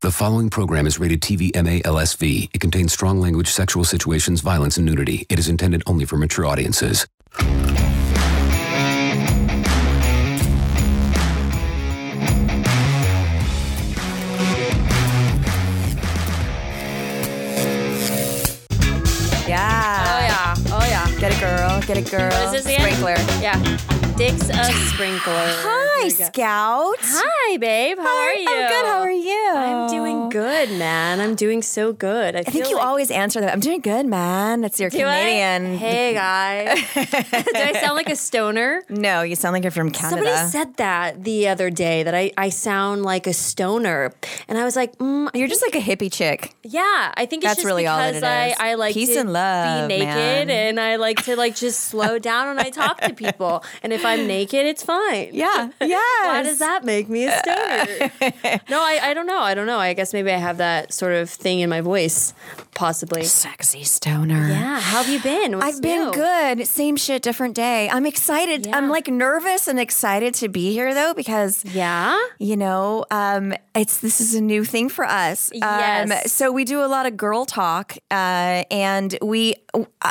The following program is rated TV MALSV. It contains strong language, sexual situations, violence, and nudity. It is intended only for mature audiences. Yeah. yeah. Oh yeah. Get it, girl. Get it, girl. What is this again? Sprinkler. Yeah. Dicks of sprinkler. Hi, There you go. Scout. Hi, babe. How are you? I'm good. How are you? I'm doing good, man. I'm doing so good. I, I think you always answer that. I'm doing good, man. That's your Canadian. Hey, guys. Do I sound like a stoner? No, you sound like you're from Canada. Somebody said that the other day that I, I sound like a stoner, and I was like, mm, you're just like a hippie chick. yeah, I think it's That's just really all that because it I is. I like Peace to and love, be naked, man. and I like to like just slow down when I talk to people, and if I'm naked, it's fine. Yeah. Yeah. Why does that make me a stoner? no, I, I don't know. I don't know. I guess maybe I have that sort of thing in my voice, possibly. Sexy stoner. Yeah. How have you been? What's I've been new? good. Same shit, different day. I'm excited. I'm Yeah. like nervous and excited to be here though because Yeah. you know, um, it's this is a new thing for us. Um, Yes. so we do a lot of girl talk, uh, and we. Uh,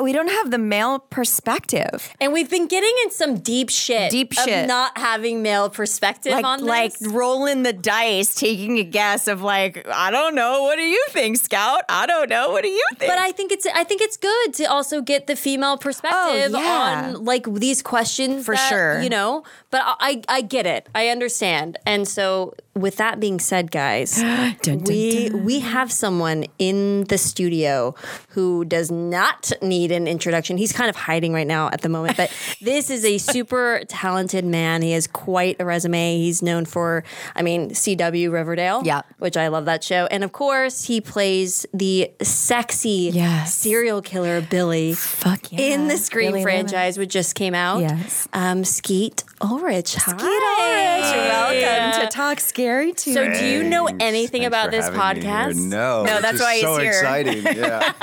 we don't have the male perspective, And we've been getting in some deep shit. Deep of shit. Not having male perspective like on this. like rolling the dice, taking a guess of like, I don't know, what do you think, Scout? I don't know, what do you think? but I think it's I think it's good to also get the female perspective Oh, yeah. on like these questions For that, sure. you know. But I I I get it, I understand, and so with that being said, guys, we we have someone in the studio who does not need an introduction. He's kind of hiding right now at the moment, but this is a super talented man. He has quite a resume. He's known for, I mean, CW Riverdale, Yeah. which I love that show, and of course he plays the sexy Yes. serial killer Billy fuck yeah. in the Scream Really franchise, which just came out. Yes. Um, Skeet Ulrich. Skeet love it. Get it. Welcome to Talk Scary to So, do you know anything Thanks about for this having me here. podcast? No, No, which that's is why he's so here. exciting. Yeah, yeah,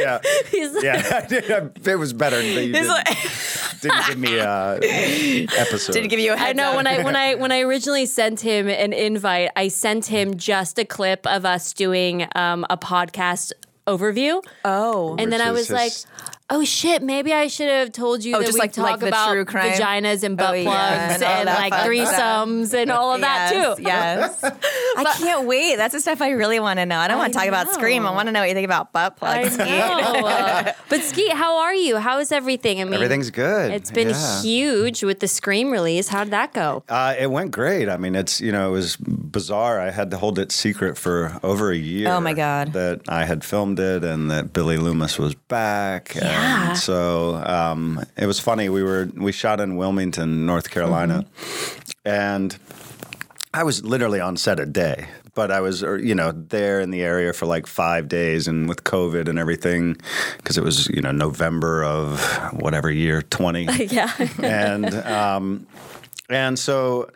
yeah. it was better than you didn't, didn't give me a episode. Did give you a I head know when I when I when I originally sent him an invite, I sent him just a clip of us doing um, a podcast overview, Oh, and then Which I was is like. just- Oh shit! Maybe I should have told you Oh, that just we like- talk like the about true crime? vaginas and butt Oh, yeah, plugs and and, all that like fun threesomes and all of that yes, too. Yes. I can't wait. That's the stuff I really want to know. I don't want to talk about know. Scream. I want to know what you think about butt I plugs. know. Uh, but Skeet, how are you? How is everything? I mean, Everything's good. It's been Yeah. huge with the Scream release. How did that go? Uh, it went great. I mean, it's you know it was bizarre. I had to hold it secret for over a year. Oh, my God. That I had filmed it and that Billy Loomis was back. Yeah. And so um, it was funny. We were we shot in Wilmington, North Carolina, Mm-hmm. and I was literally on set a day. But I was, er, you know, there in the area for like five days, and with COVID and everything, because it was, you know, November of whatever year twenty Yeah. and um, and so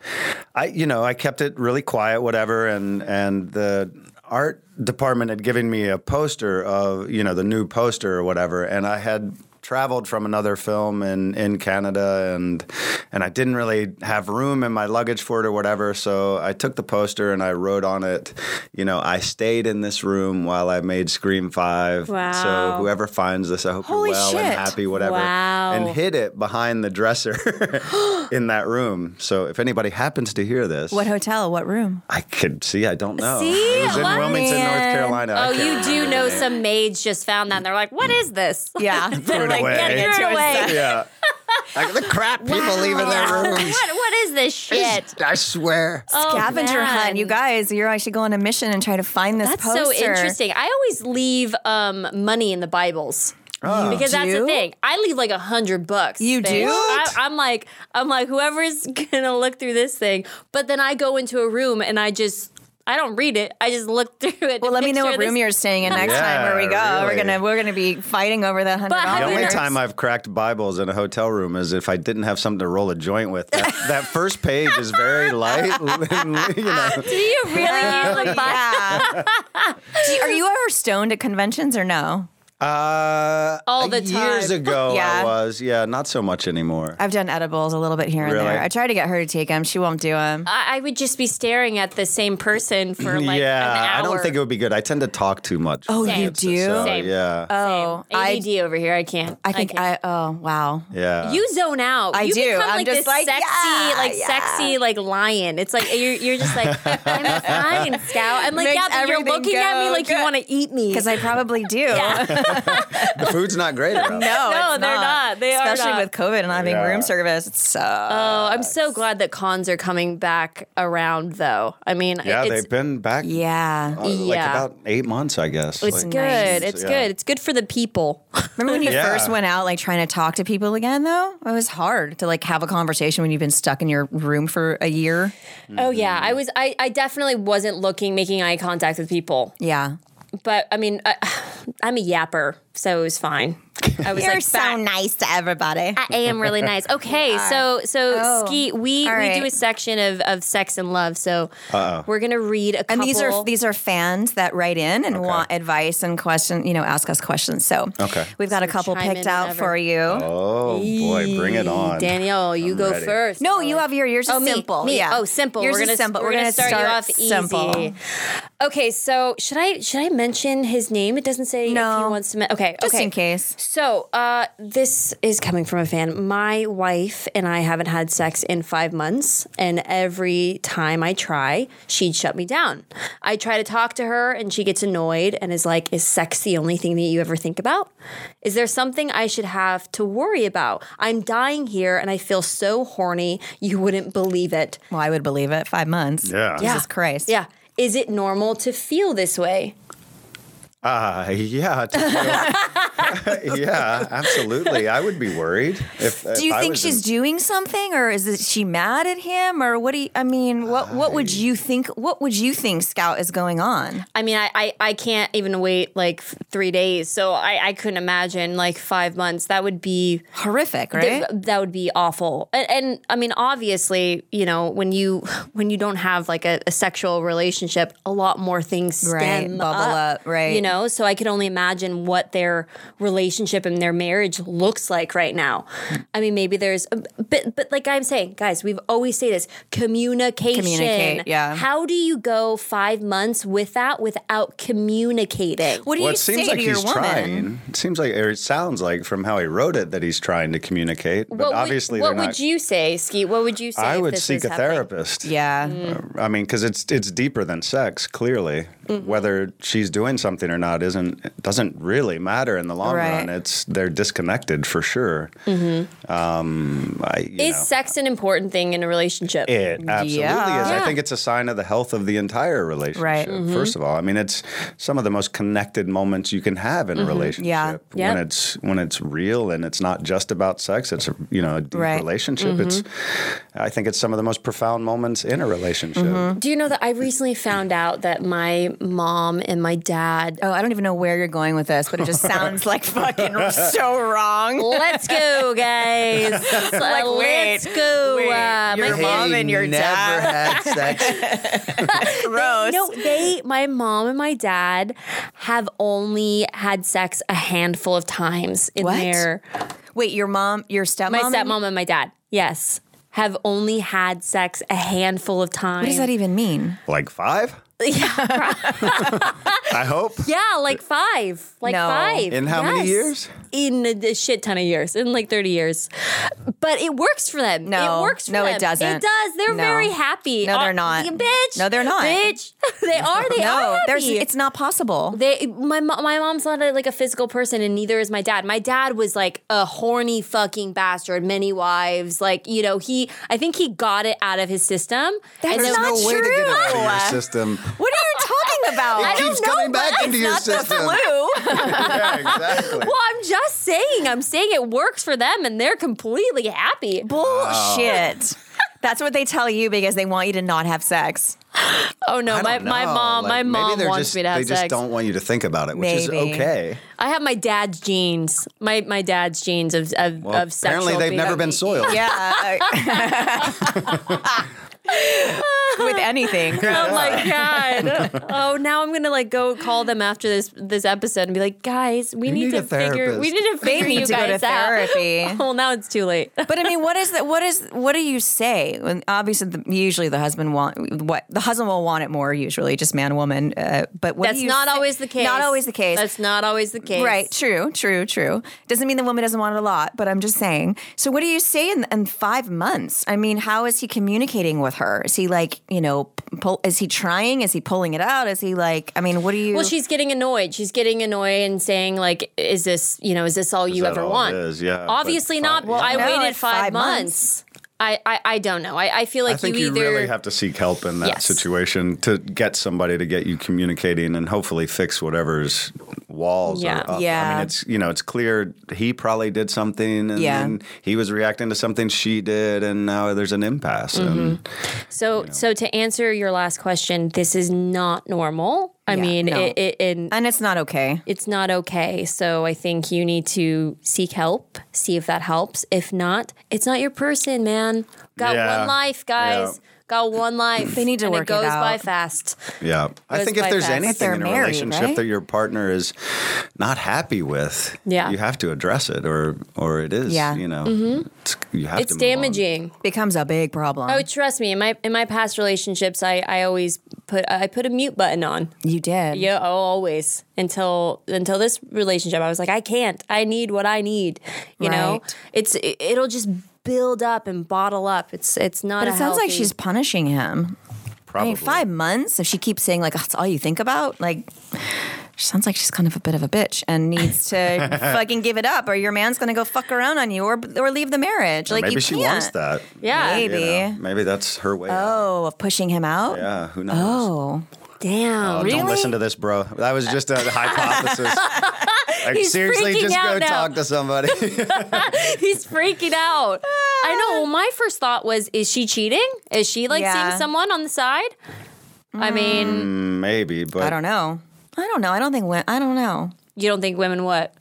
I you know I kept it really quiet, whatever, and and the art department had given me a poster of you know the new poster or whatever, and I had traveled from another film in, in Canada and and I didn't really have room in my luggage for it or whatever so I took the poster and I wrote on it you know I stayed in this room while I made Scream 5 so Wow. whoever finds this I hope Holy you're well shit. and happy whatever Wow. and hid it behind the dresser in that room. So if anybody happens to hear this, What hotel? What room? I could see, I don't know. See? it was in What? Wilmington, Man. North Carolina. I Oh, can't you do remember know the name. some maids just found that and they're like, what is this? Yeah. Threw it like, away. "Get it Get it away." away. Yeah. Like the crap people leave in their rooms. What, what is this shit? I swear. Oh, scavenger man. hunt. You guys, you're actually going on a mission and try to find this That's poster. so interesting. I always leave um, money in the Bibles. because that's Oh. do? the thing. I leave like a hundred bucks. You babe. do? I, I'm like, I'm like, whoever's gonna look through this thing. But then I go into a room and I just, I don't read it. I just look through it. Well, to let me make know sure what this- room you're staying in next time where we go. Yeah, We're really. gonna we're gonna be fighting over the hundred But how The only Openers. dollars. time I've cracked Bibles in a hotel room is if I didn't have something to roll a joint with. That, that first page is very light. you Do know. you really use the Bible? Yeah. Do you- Are you ever stoned at conventions or no? Uh, All the Years time. ago, Yeah. I was. Yeah, not so much anymore. I've done edibles a little bit here and Really? there. I try to get her to take them. She won't do them. I, I would just be staring at the same person for like an yeah, hour. I don't think it would be good. I tend to talk too much. Oh, Same. you do? So, Same. Yeah. oh, Same. I, ADD over here. I can't. I think can't. I, oh, wow. yeah. You zone out. I you do. Become I'm like just this like, sexy, yeah, like yeah. sexy, like lion. It's like you're, you're just like I'm fine, scout. I'm like Makes yeah, but you're everything looking at me go like you good. want to eat me. Because I probably do. the food's not great around. No, No, it's they're not. They are Especially not. with COVID and not having Yeah. room service. It sucks. Oh, I'm so glad that cons are coming back around, though. I mean, Yeah, it's they've been back yeah. uh, like Yeah. about eight months, I guess. it's Like, good. nice. It's Yeah. good. It's good for the people. Remember when you Yeah. first went out, like trying to talk to people again, though? It was hard to like have a conversation when you've been stuck in your room for a year. Oh yeah, I was. I, I definitely wasn't looking, making eye contact with people. Yeah. But I mean, I, I'm a yapper, so it was fine. I was like, back. nice to everybody. I am really nice. Okay, so so Oh. ski. We All we do right. a section of of sex and love. So we're gonna read a couple. And these are these are fans that write in and want advice and question, you know, ask us questions. So Okay. we've got a So couple chime picked in out whenever. for you. oh boy, bring it on, Danielle, you I'm go ready. first. No, you have your yours is Oh, me, simple. Me. Yeah. Oh, simple. Yours we're is gonna, simple. We're, gonna start, you off easy. simple. Okay, so should I should I mention his name? It doesn't say if No. he wants to. Men- okay, Just okay. in case. So uh, this is coming from a fan. My wife and I haven't had sex in five months, and every time I try, she'd shut me down. I try to talk to her, and she gets annoyed and is like, "Is sex the only thing that you ever think about? Is there something I should have to worry about? I'm dying here, and I feel so horny. You wouldn't believe it. Well, I would believe it. Five months. Yeah. Jesus Christ. Yeah, is it normal to feel this way? Uh, yeah, to feel- yeah, absolutely. I would be worried if. Do you think she's doing? doing something, or is it she mad at him, or what do you? I mean, what what would you think? What would you think, Scout, is going on? I mean, I, I, I can't even wait like f- three days. So I, I couldn't imagine like five months. That would be Horrific, right? th- that would be awful. And, and I mean, obviously, you know, when you when you don't have like a, a sexual relationship, a lot more things Right, stem bubble up, right. You know, so I could only imagine what their relationship and their marriage looks like right now. I mean, maybe there's, um, but but like I'm saying, guys, we've always say this communication. Communicate, yeah. How do you go five months without without communicating? what do you Well, it say seems like to your he's woman? trying. It seems like, or it sounds like, from how he wrote it, that he's trying to communicate. But what obviously, would, what they're would not. you say, Ski? What would you say? I if would this seek is a happening? therapist. Yeah, I mean, because it's it's deeper than sex. Clearly, Mm-hmm. whether she's doing something or not isn't it doesn't really matter in the long Right. Mm-hmm. run. It's they're disconnected for sure. Um, I, you Is know, sex an important thing in a relationship? It absolutely is. Yeah. Mm-hmm. I think it's a sign of the health of the entire relationship. First of all, I mean, it's some of the most connected moments you can have in a relationship Mm-hmm. Yeah. when Yep. it's when it's real and it's not just about sex. It's a, you know a deep Right. Mm-hmm. relationship. It's I think it's some of the most profound moments in a relationship. Do you know that I recently found out that my mom and my dad. Oh, I don't even know where you're going with this, but it just sounds like fucking so wrong. Let's go, guys. Uh, let's wait, go. wait, uh, you're- Your my, mom and your never dad. had sex. Gross. no, they, my mom and my dad have only had sex a handful of times in What? their. Wait, your mom, your stepmom, My stepmom and my dad, yes, have only had sex a handful of times. What does that even mean? like five? Yeah. I hope. Yeah, like five. Like Uh, No. five. In how many years? In a, a shit ton of years. In like 30 years. But it works for them. No. It works for No, it them. doesn't. It does. They're No. very happy. No, they're Are- not. Yeah, bitch. No, they're not. Bitch. They are. They are. no, Happy. there's it's not possible. They, my mo- my mom's not a, like a physical person, and neither is my dad. My dad was like a horny fucking bastard, many wives. Like you know, he I think he got it out of his system. That's and There's There's then- no not way to get it out of your true. system. what are you talking about? It keeps coming back into your system. yeah, exactly. Well, I'm just saying. I'm saying it works for them, and they're completely happy. Oh. Bullshit. That's what they tell you because they want you to not have sex. Oh no, I my, don't my know. mom, Like, my maybe mom they're wants just- me to have They sex. just don't want you to think about it, which is Maybe. okay. I have my dad's genes. My my dad's genes of of, Well, of sexual. apparently, they've never been behavior. soiled. Yeah. With anything. Oh my god! Oh, now I'm gonna like go call them after this this episode and be like, guys, we You need, need to a figure we therapist." need to figure need you to go to guys out. therapy. well, now it's too late. But I mean, what is that? What is what do you say? When obviously, the, usually the husband want what the husband will want it more. Usually, just man, woman. Uh, but what do That's you not say- always the case. Not always the case. That's not always the case. Right, true, true, true. Doesn't mean the woman doesn't want it a lot, but I'm just saying. So, what do you say in, in five months? I mean, how is he communicating with her? Is he like, you know, p- pull, is he trying? Is he pulling it out? Is he like, I mean, what do you? Well, she's getting annoyed. She's getting annoyed and saying, like, is this, you know, is this all you that ever all it want? is? Yeah, but Obviously not. five- Well, I no, waited it's five, five months. I, I, I don't know. I, I feel like I think you you, either really have to seek help in that Yes. situation to get somebody to get you communicating and hopefully fix whatever's walls Yeah. are up. I Yeah. mean, it's you know, it's clear he probably did something, and Yeah. then he was reacting to something she did, and now there's an impasse. Mm-hmm. And So, so to answer your last question, this is not normal. I Yeah, mean, no. it, it, and and it's not okay. it's not okay. So I think you need to seek help, see if that helps. If not, it's not your person, man. Got Yeah. one life, guys. Yeah. Got one life. They need to and work it it goes by out. fast. yeah, I Goes think if by there's fast. anything They're in a married, relationship right? that your partner is not happy with, Yeah. you have to address it, or or it is, Yeah. Mm-hmm. you know, it's, you have It's to move on. damaging. Becomes a big problem. Oh, trust me. In my in my past relationships, I, I always put I put a mute button on. you did. Yeah, oh, always until until this relationship. I was like, I can't. I need what I need. You know, Right. it's it, it'll just build up and bottle up. It's it's not. But a it sounds like healthy- she's punishing him. I Probably. mean, five months. If she keeps saying like that's all you think about, like she sounds like she's kind of a bit of a bitch and needs to fucking give it up, or your man's gonna go fuck around on you, or or leave the marriage. Like Maybe you she can't. wants that. Yeah. You know, Maybe. maybe that's her way. out. Oh, of pushing him out. Yeah, who knows? Oh, Damn. Oh, Don't listen to this, bro. That was just a hypothesis. Like, He's seriously, freaking just out go now. talk to somebody. He's freaking out. I know. Well, my first thought was, is she cheating? Is she like Yeah. Mm. seeing someone on the side? I mean, Maybe, but I don't know. I don't know. I don't think. Wen- I don't know. you don't think women what?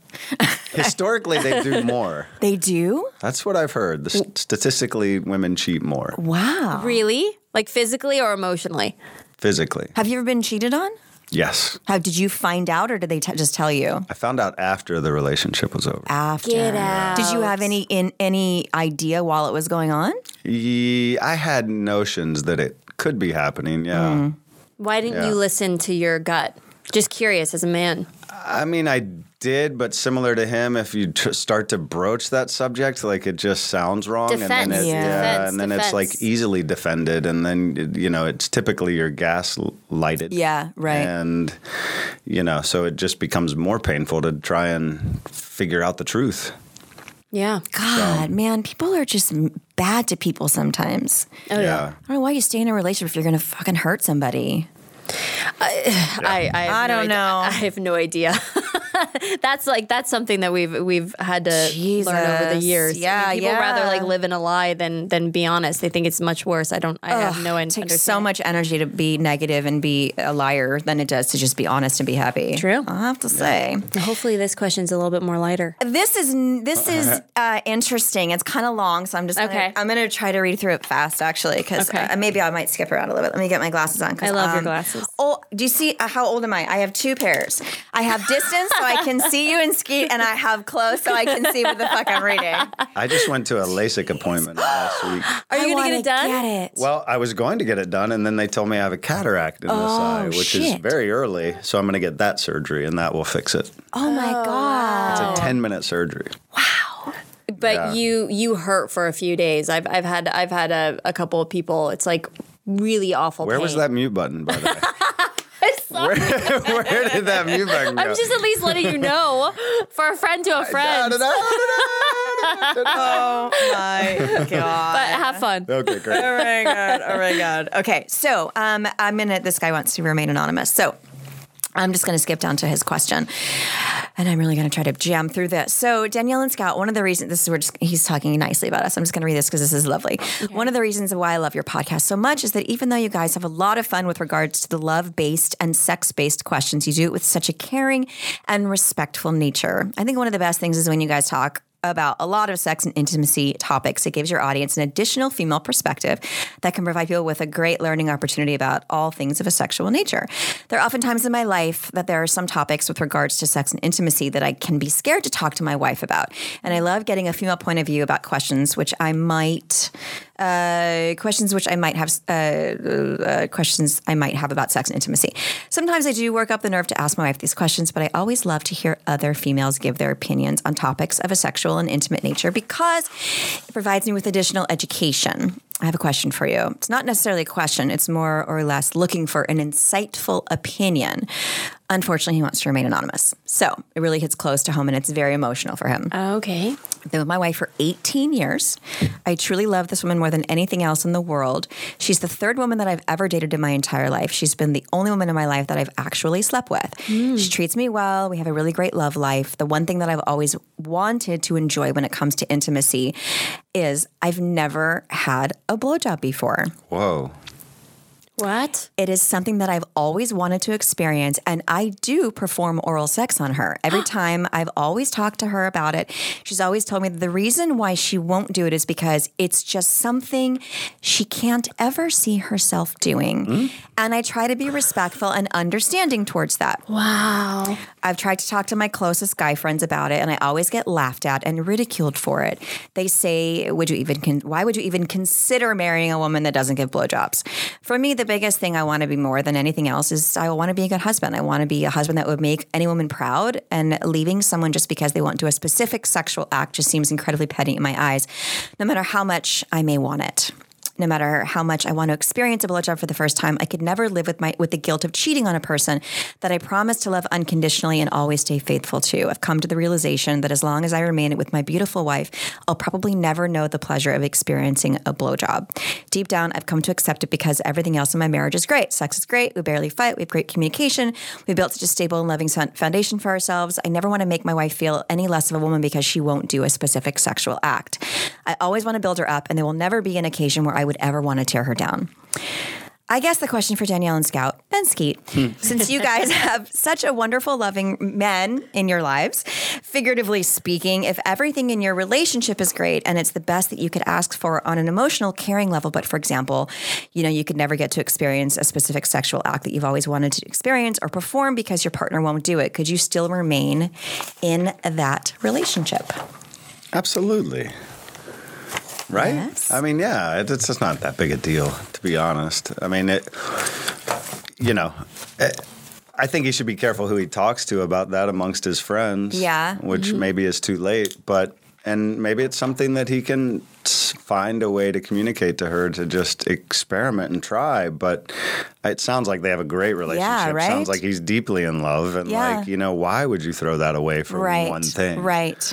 historically, they do more. They do. That's what I've heard. The st- statistically, women cheat more Wow. Really? Like physically or emotionally? physically. Have you ever been cheated on? Yes. How did you find out, or did they t- just tell you I found out after the relationship was over. after? Get out. Did you have any in any idea while it was going on? Ye- I had notions that it could be happening. Yeah. Why didn't you Yeah. listen to your gut? Just curious as a man. I mean, I did, but similar to him, if you tr- start to broach that subject, like it just sounds wrong, and then Defense, it, Yeah. defense, and then it's defense. like easily defended, and then it- you know it's typically you're gaslighted, Yeah, right. and you know so it just becomes more painful to try and figure out the truth. Yeah. God, man, people are just m- bad to people sometimes. Oh, yeah, I don't know why you stay in a relationship if you're gonna fucking hurt somebody. I I, have I no don't idea. know. I have no idea. that's like that's something that we've we've had to learn over the Jesus. years. I Yeah, mean, people rather yeah. like live in a lie than than be honest. They think it's much worse. I don't. I have no It idea. takes so much energy to be negative and be a liar than it does to just be honest and be happy. True. I have to say. Hopefully, this question's a little bit more lighter. This is this is uh, interesting. It's kind of long, so I'm just gonna, Okay. I'm gonna try to read through it fast, actually, because Okay. uh, maybe I might skip around a little bit. Let me get my glasses on. 'cause, I love your glasses. Oh, do you see uh, how old am I? I have two pairs. I have distance, so I can see you and skeet, and I have close, so I can see what the fuck I'm reading. I just went to a LASIK appointment last week. Are you gonna get it done? it. Well, I was going to get it done, and then they told me I have a cataract in Oh, this eye, which is shit. very early. So I'm going to get that surgery, and that will fix it. oh my god. Oh. It's a 10 minute surgery. But Yeah. you you hurt for a few days. I've I've had I've had a, a couple of people. It's like really awful. Where was pain. that mute button, by the way? where, where did that mute button go? I'm just at least letting you know for a friend to a friend. Oh my god. But have fun. okay, great. Oh my god. Oh my god. Okay, so um, I'm gonna. This guy wants to remain anonymous. So. I'm just going to skip down to his question, and I'm really going to try to jam through this. So Danielle and Scott, one of the reasons this is we're just, he's talking nicely about us. I'm just going to read this because this is lovely. One of the reasons why I love your podcast so much is that even though you guys have a lot of fun with regards to the love based and sex based questions, you do it with such a caring and respectful nature. I think one of the best things is when you guys talk about a lot of sex and intimacy topics. It gives your audience an additional female perspective that can provide people with a great learning opportunity about all things of a sexual nature. There are often times in my life that there are some topics with regards to sex and intimacy that I can be scared to talk to my wife about. And I love getting a female point of view about questions which I might uh, questions which I might have uh, uh, questions I might have about sex and intimacy. Sometimes I do work up the nerve to ask my wife these questions, but I always love to hear other females give their opinions on topics of a sexual and intimate nature because it provides me with additional education. I have a question for you. It's not necessarily a question, it's more or less looking for an insightful opinion. Unfortunately, he wants to remain anonymous. So it really hits close to home and it's very emotional for him. Okay. I've been with my wife for 18 years. I truly love this woman more than anything else in the world. She's the third woman that I've ever dated in my entire life. She's been the only woman in my life that I've actually slept with. She treats me well. We have a really great love life. The one thing that I've always wanted to enjoy when it comes to intimacy is I've never had a blowjob before. Whoa. What? It is something that I've always wanted to experience, and I do perform oral sex on her. Every time I've always talked to her about it, she's always told me that the reason why she won't do it is because it's just something she can't ever see herself doing. And I try to be respectful and understanding towards that. Wow. I've tried to talk to my closest guy friends about it, and I always get laughed at and ridiculed for it. They say, "Would you even? Con- why would you even consider marrying a woman that doesn't give blowjobs?" For me, the biggest thing I want to be more than anything else is I want to be a good husband. I want to be a husband that would make any woman proud. And leaving someone just because they won't do a specific sexual act just seems incredibly petty in my eyes, no matter how much I may want it no matter how much I want to experience a blowjob for the first time, I could never live with my with the guilt of cheating on a person that I promised to love unconditionally and always stay faithful to. I've come to the realization that as long as I remain with my beautiful wife, I'll probably never know the pleasure of experiencing a blowjob. Deep down, I've come to accept it because everything else in my marriage is great. Sex is great. We barely fight. We have great communication. We built such a stable and loving son- foundation for ourselves. I never want to make my wife feel any less of a woman because she won't do a specific sexual act. I always want to build her up, and there will never be an occasion where I would ever want to tear her down. I guess the question for Danielle and Scout and Skeet, Hmm. since you guys have such a wonderful, loving men in your lives, figuratively speaking, if everything in your relationship is great and it's the best that you could ask for on an emotional, caring level, but for example, you know, you could never get to experience a specific sexual act that you've always wanted to experience or perform because your partner won't do it, could you still remain in that relationship? Absolutely. Right? Yes. I mean, yeah, it, it's just not that big a deal, to be honest. I mean, it, you know, it- I think he should be careful who he talks to about that amongst his friends. Yeah. Mm-hmm. Which maybe is too late, but, and maybe it's something that he can s- find a way to communicate to her to just experiment and try. But it sounds like they have a great relationship. right? Sounds like he's deeply in love. And, Yeah. like, you know, why would you throw that away for one thing? Right.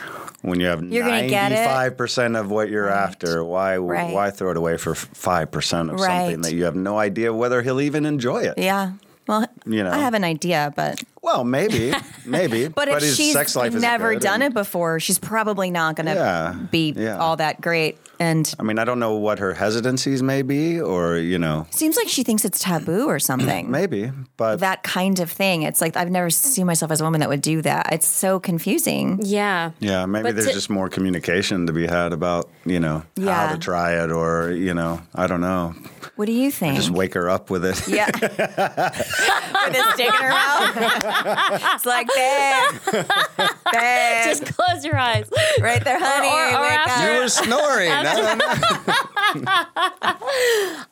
when you have You're gonna get it. 95% of what you're after why Right. why throw it away for 5% of Right. something that you have no idea whether he'll even enjoy it Yeah. Well, You know. I have an idea, but well maybe maybe but, if his she's sex life is never good, done it and- before, she's probably not going to Yeah, be yeah. all that great. And I mean, I don't know what her hesitancies may be, or you know, seems like she thinks it's taboo or something. maybe, but That kind of thing. It's like I've never seen myself as a woman that would do that. It's so confusing. Yeah. yeah, maybe But there's to- just more communication to be had about you know Yeah. how to try it, or you know, I don't know, What do you think? just wake her up with it. yeah. With a stick in her mouth. it's like, babe, babe, Just close your eyes. right there, honey. or wake up. after- you were snoring. I don't know.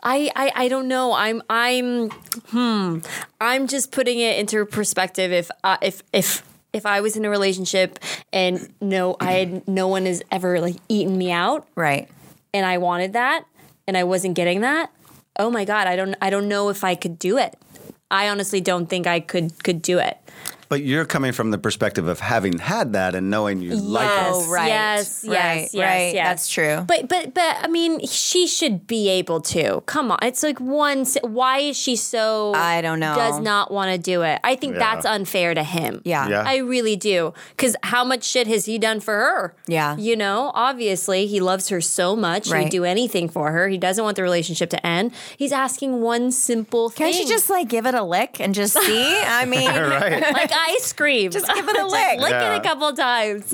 I, I I don't know. I'm I'm hmm. I'm just putting it into perspective. If I if if if I was in a relationship and no, I had no one has ever like eaten me out, Right. and I wanted that, and I wasn't getting that. Oh my god, I don't I don't know if I could do it. I honestly don't think I could could do it. But you're coming from the perspective of having had that and knowing you like it. Yes, Oh, right. Yes, yes, Right, yes, right. yes. That's true. But but but I mean, she should be able to. Come on, it's like one. s- Why is she so? I don't know. Does not want to do it. I think Yeah. that's unfair to him. Yeah. Yeah. I really do. Because how much shit has he done for her? Yeah. You know, obviously he loves her so much. He Right. would do anything for her. He doesn't want the relationship to end. He's asking one simple thing. Can't you just like give it a lick and just see? I mean, right. like ice cream? Just give it a Just lick. lick Yeah. it a couple times.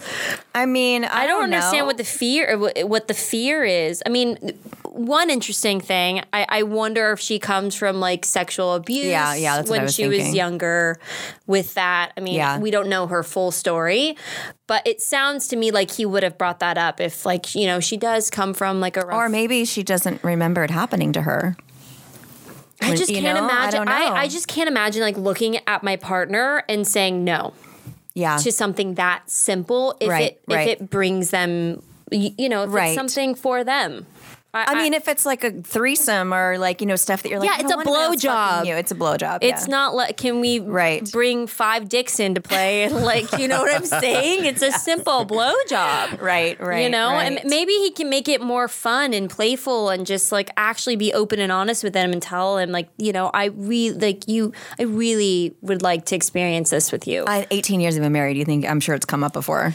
I mean, I, I don't, understand know. what the fear uh, wh- what the fear is. I mean, one interesting thing. I, I wonder if she comes from like sexual abuse. Yeah, yeah, that's what when I was she was thinking. younger. With that, I mean, Yeah. we don't know her full story, but it sounds to me like he would have brought that up if, like, you know, she does come from like a rough. Or maybe she doesn't remember it happening to her. I just you can't know, I don't imagine. know. I, I just can't imagine like looking at my partner and saying no. Yeah. to something that simple if Right, it right. if it brings them y- you know if Right. it's something for them I mean, if it's like a threesome or like, you know, stuff that you're like, Yeah, I it's don't want a anyone else blowjob. fucking You. It's a blowjob. it's yeah. not like can we Right. bring five dicks into play and like you know what i'm saying it's a simple blowjob Right, right. you know right. and maybe he can make it more fun and playful and just like actually be open and honest with them and tell him like you know i really like you i really would like to experience this with you I, 18 years I've been married. You think I'm sure it's come up before?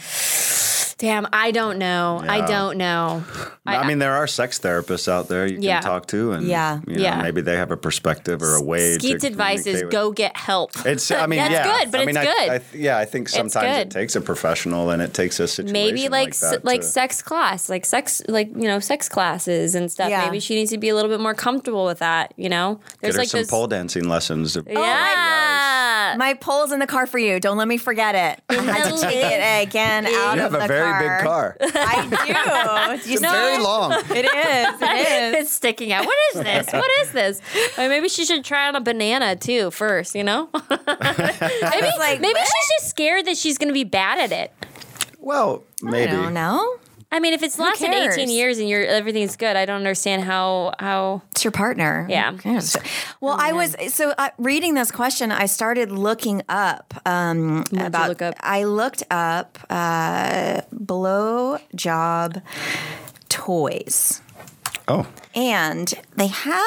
damn i don't know i Yeah. don't know I, mean, there are sex therapists out there you can Yeah. talk to, and Yeah. you know, Yeah. maybe they have a perspective or a way. Skeet's to advice is communicate with- go get help. It's. I mean, That's yeah. good, but I it's mean, I- good. I, yeah, I think sometimes it good. takes a professional and it takes a situation Maybe like s- like like, that to- sex class, like sex like you know sex classes and stuff. Yeah. Maybe she needs to be a little bit more comfortable with that. You know, Get her like some pole dancing lessons. Oh, yeah. My pole's in the car for you. Don't let me forget it. I had to take it again out You of have the a very big car. It's I do. You know, very long. It is. It is. it's sticking out. What is this? What is this? Or maybe she should try on a banana too first. You know, maybe like maybe what? she's just scared that she's going to be bad at it. Well, maybe. I don't know. I mean, if it's lasted eighteen cares? years and you're everything's good, I don't understand how how It's your partner. Yeah. Who cares? Well, I was so uh, reading this question. I started looking up um, about. look up? I looked up uh, blow job toys, Oh, and they have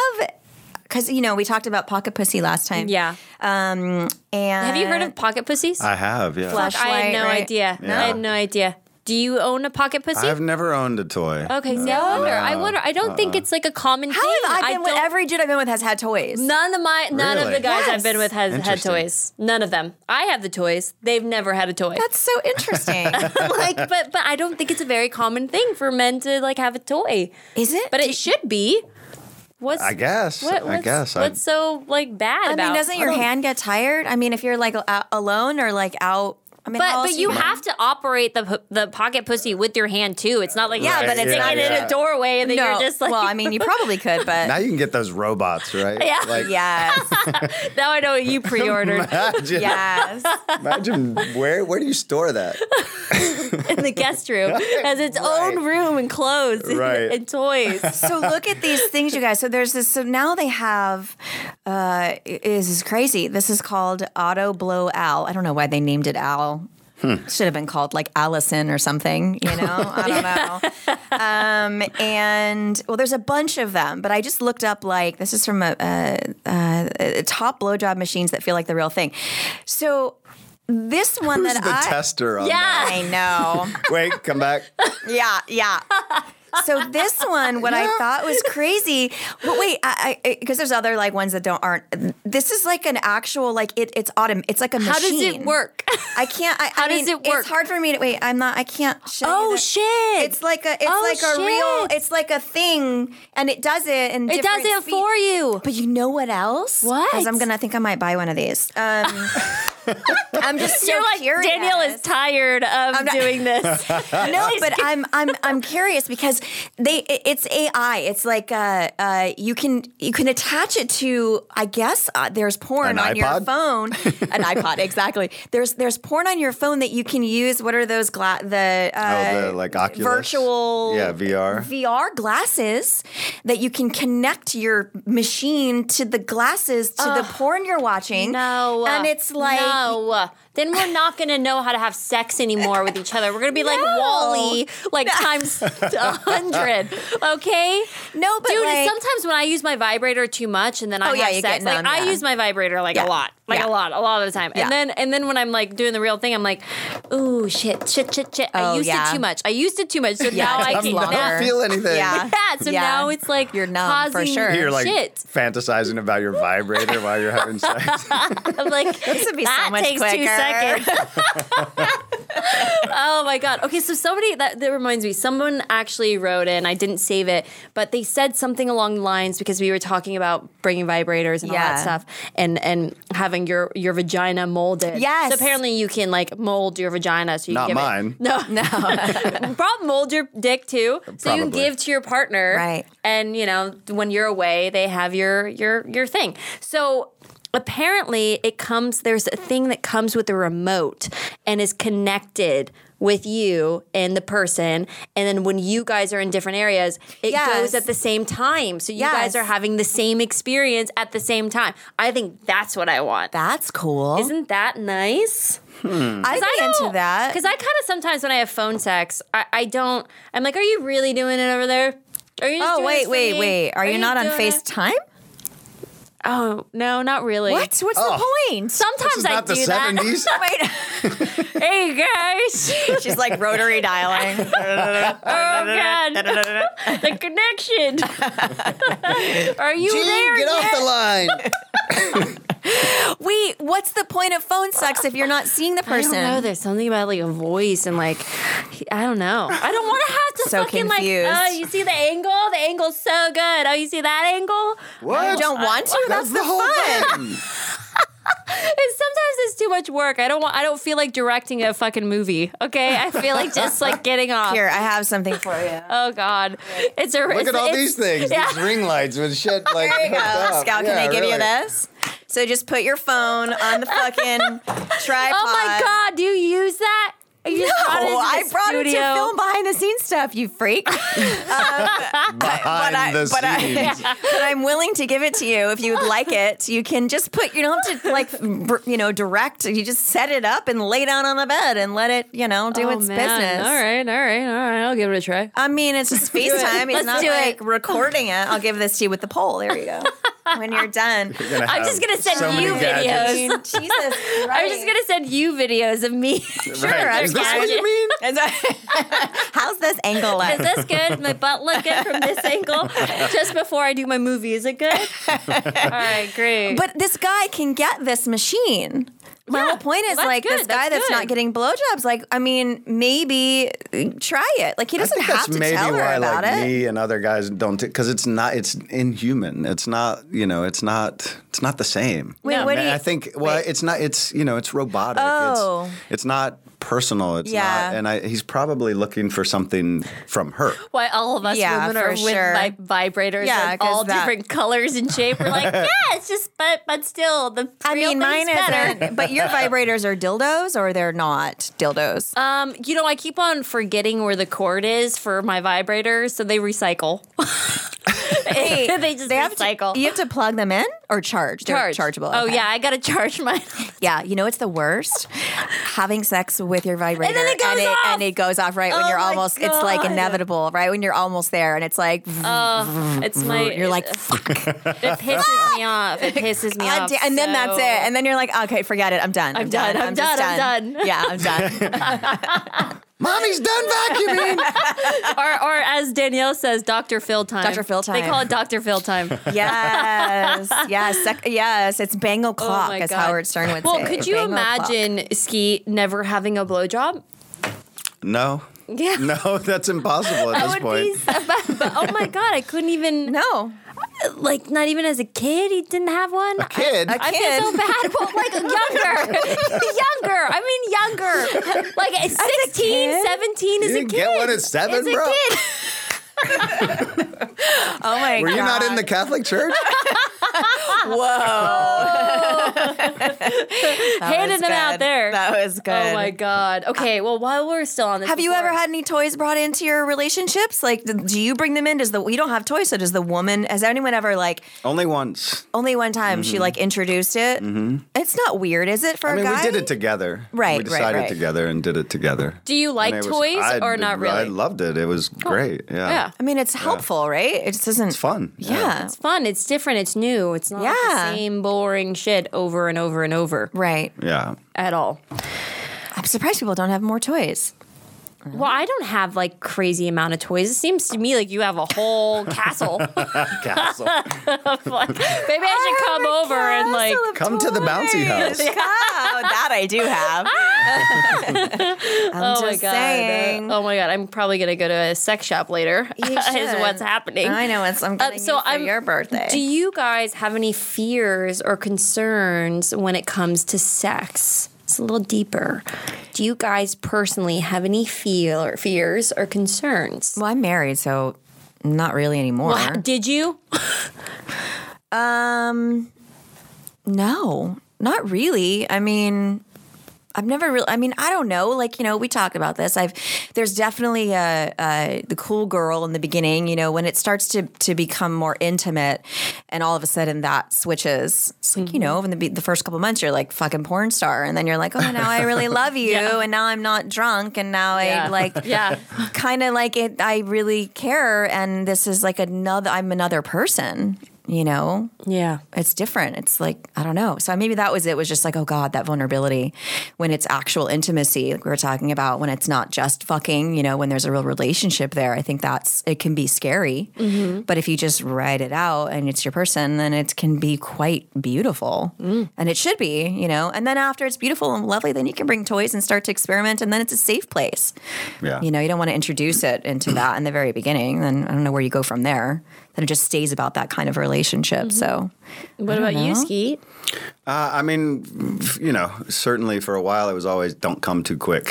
because you know we talked about pocket pussy last time. yeah. Um, and Have you heard of pocket pussies? I have. Yeah. Fuck, I had Flashlight, no right? idea. I had no idea. Do you own a pocket pussy? I've never owned a toy. okay, see, I wonder. I wonder. I don't Uh-uh. think it's like a common How thing. have I been with don't- every dude I've been with has had toys. None of my none of Really? the guys I've been with has had Interesting. toys. None of them. I have the toys. They've never had a toy. That's so interesting. like, but but I don't think it's a very common thing for men to like have a toy. Is it? But it should be. What's I guess. What, I what's, guess. I- What's so like bad I about? Oh. mean, doesn't your hand get tired? I mean, if you're like a- alone or like out. I mean, how But but else you gonna- have to operate the p- the pocket pussy with your hand too. It's not like Yeah, you're but it's sticking not- it in yeah. a doorway and then you're just like well, I mean, you probably could, Now but you can get those robots, right? Yeah. Like, yes, Now I know what you pre-ordered Imagine, yes. imagine where where do you store that? in the guest room as its own room and clothes and- Right. and, toys. So look at these things, you guys. So there's this. So now they have. Uh, i- this is crazy. This is called Auto Blow Owl. I don't know why they named it Owl. Should have been called like Allison or something, you know? I don't know. Um, and well, there's a bunch of them, but I just looked up like this is from a, a, a, a top blowjob machines that feel like the real thing. So this one Who's that the I tester on Yeah. I know. that? Wait, come back. Yeah, yeah. So this one, what I thought was crazy, but wait, I because there's other like ones that don't aren't. This is like an actual like it. It's autumn. It's like a How does machine. it work? I can't. I, How I does mean, it work? It's hard for me to wait. I'm not. I can't. Show you Oh that. shit! It's like a. It's Oh, like a real. shit. It's like a thing, and it does it. And it does it for you. But you know what else? What? Because I'm gonna I think I might buy one of these. Um, I'm just so You're like curious. Danielle is tired of not- doing this. No, but I'm I'm I'm curious because they i- it's AI. It's like uh, uh, you can you can attach it to I guess uh, there's porn An on your iPod? phone, an iPod exactly. There's there's porn on your phone that you can use. What are those gla- the uh, oh, the like Oculus virtual Yeah, VR. VR glasses that you can connect your machine to the glasses to the porn you're watching. No, uh, and it's like no, then we're not going to know how to have sex anymore with each other. We're going to be like Wally, like times a hundred. Okay, No, but dude. like- sometimes when I use my vibrator too much, and then I Oh, have yeah, you sex, get like numb, I yeah. use my vibrator like Yeah. a lot, like Yeah. a lot, a lot of the time. Yeah. And then and then when I'm like doing the real thing, I'm like, ooh, shit, shit, shit, shit. Oh, I used yeah. it too much. I used it too much. So now it I takes can longer. now- I don't feel anything. Yeah. yeah, so Yeah. now it's like You're numb, for causing sure. You're like shit. fantasizing about your vibrator while you're having sex. I'm like This would be so that much takes quicker. two seconds. oh my god. Okay, so somebody that, that reminds me, someone actually wrote in. I didn't save it, but they said something along the lines because we were talking about bringing vibrators and all Yeah. that stuff, and and having your your vagina molded. Yes. So apparently you can like mold your vagina. So you Not can give it- mine. no, Probably mold your dick too, so you Probably. can give to your partner. Right. And you know, when you're away, they have your your your thing. So apparently, it comes. There's a thing that comes with a remote and is connected with you and the person. And then when you guys are in different areas, it Yes. goes at the same time. So you Yes. guys are having the same experience at the same time. I think that's what I want. That's cool. Isn't that nice? I'd be into that. Because I kind of sometimes when I have phone sex, I, I don't. I'm like, are you really doing it over there? Are you? Just Oh doing this wait, for wait, me? wait. Are, you, not on doing it?" FaceTime? Oh no, not really. What? What's the point? this Sometimes is I not the do that. 70s. Wait. Hey guys! She's like rotary dialing. Oh god, the connection. Are you there? get off the line. Wait, what's the point of phone sex if you're not seeing the person? I don't know. There's something about like a voice and like he- I don't know. I don't want to have to So fucking confused. like. Oh, you see the angle? The angle's so good. Oh, you see that angle? What? You don't want to? That's, That's the, the whole fun. thing. It's sometimes it's too much work. I don't want. I don't feel like directing a fucking movie. Okay, I feel like just like getting off. Here, I have something for you. Oh God, it's a Look at all these things. Yeah. These ring lights with shit like. There Scout, Uh, can I give you this? So just put your phone on the fucking tripod. Oh my God, do you use that? You No, just I brought brought it into the it studio. to film behind the scenes stuff, you freak. um, Behind I- the but I- scenes. but I'm willing to give it to you if you would like it. You can just put, you don't have to like, br- you know, direct. You just set it up and lay down on the bed and let it, you know, do Oh, its man. business. All right, all right, all right. I'll give it a try. I mean, it's just FaceTime. It's Let's not do it. like recording it. I'll give this to you with the poll. There you go. When you're done. I'm just gonna send so many you gadgets. I videos. mean, Jesus I'm just gonna send you videos of me. sure, Right. I'm Is this what you mean? How's this angle Is look? this good? My butt look good from this angle? Just before I do my movie, is it good? All right, great. But this guy can get this machine. My Yeah, whole point is that's like good, this guy that's, that's not good. getting blowjobs. Like, I mean, maybe uh, try it. Like, he I doesn't think have that's to maybe tell her why about like it. me and other guys don't because it's not it's inhuman. It's not you know it's not it's not the same. Wait, I what do mean, you- I think well it's not it's you know it's robotic. Oh. It's it's not personal. It's Yeah. not and I, he's probably looking for something from her. why all of us Yeah, women are for with sure. vi- vibrators Yeah, of 'cause all that- different colors and shape. We're like, yeah, it's just, but but still, the I real mean, mine thing's better. isn't. But your vibrators are dildos or they're not dildos. Um, you know, I keep on forgetting where the cord is for my vibrator, so they recycle. they just recycle. you have to plug them in or charge. They're chargeable. Oh okay. yeah, I gotta charge mine. Yeah, you know it's the worst? Having sex with your vibrator then it goes and, off! and it goes off right when Oh you're my almost it's like God. inevitable, right? When you're almost there and it's like it's my. you're like fuck It pisses me off. It pisses me God off. da- and then that's so- it. And then you're like, okay, forget it. I'm done. I'm, done. I'm just done. I'm done. Yeah, I'm done. Mommy's done vacuuming. Or, or as Danielle says, Dr. Phil time. Dr. Phil They time. call it Dr. Phil time. yes. Yes. Sec- yes. It's bangle clock, Oh my as God. Howard Stern would well, say. could you Bangle clock. imagine Ski never having a blowjob? no. Yeah. No, that's impossible at I this would point. be so bad, but oh my god, I couldn't even No. like not even as a kid he didn't have one. A Kid, I kid. feel so bad. Well, like younger, younger. I mean younger. Like at 16, kid? 17 you is a didn't kid. get one at seven, As a bro. kid. Oh my Were god! you not in the Catholic Church? Handing them out there. That was good. Oh my god. Okay. Well, while we're still on this, Have you before- ever had any toys brought into your relationships? Like, th- do you bring them in? Does the you don't have toys, so does the woman? Has anyone ever like Only once. only one time she like introduced it? It's not weird, is it for Mm-hmm. I mean, a guy? we did it together. Right, We right, decided right. together and did it together. Do you like And it was- toys I or did- not I really? loved it. It was great. Yeah. Yeah. I mean, it's helpful, right? It just isn't It's fun. Yeah. It's fun. It's different. It's new. It's not Yeah. the same boring shit over and over and over Right. Yeah. at all. I'm surprised people don't have more toys. Well, I don't have like crazy amount of toys. It seems to me like you have a whole castle. Castle. Of, like, maybe I should come over and like. Come to the bouncy house. Yeah, that I do have. I'm Oh my just god! saying. Oh my god! I'm probably gonna go to a sex shop later. You is should. what's happening. I know it's. I'm Uh, getting you for your birthday. Do you guys have any fears or concerns when it comes to sex? It's a little deeper. Do you guys personally have any feel or fears or concerns? well, I'm married, so not really anymore. Well, did you? Um, no, not really. I mean, I've never really. I mean, I don't know. Like you know, we talked about this. I've there's definitely a, a the cool girl in the beginning. You know, when it starts to to become more intimate, and all of a sudden that switches. It's like Mm-hmm. you know, in the be- the first couple months, you're like fucking porn star, and then you're like, oh, now I really love you, and now I'm not drunk, and now I like Yeah. kind of like it. I really care, and this is like another. I'm another person. You know, Yeah. it's different. It's like I don't know. So maybe that was it. Was just like oh god, that vulnerability when it's actual intimacy, like we were talking about, when it's not just fucking. You know, when there's a real relationship there. I think that's it can be scary. But if you just ride it out and it's your person, then it can be quite beautiful, and it should be. You know, and then after it's beautiful and lovely, then you can bring toys and start to experiment, and then it's a safe place. Yeah. You know, you don't want to introduce it into that in the very beginning. Then I don't know where you go from there. Then it just stays about that kind of relationship. So What about you, Skeet? Uh, I mean, f- you know, certainly for a while it was always don't come too quick.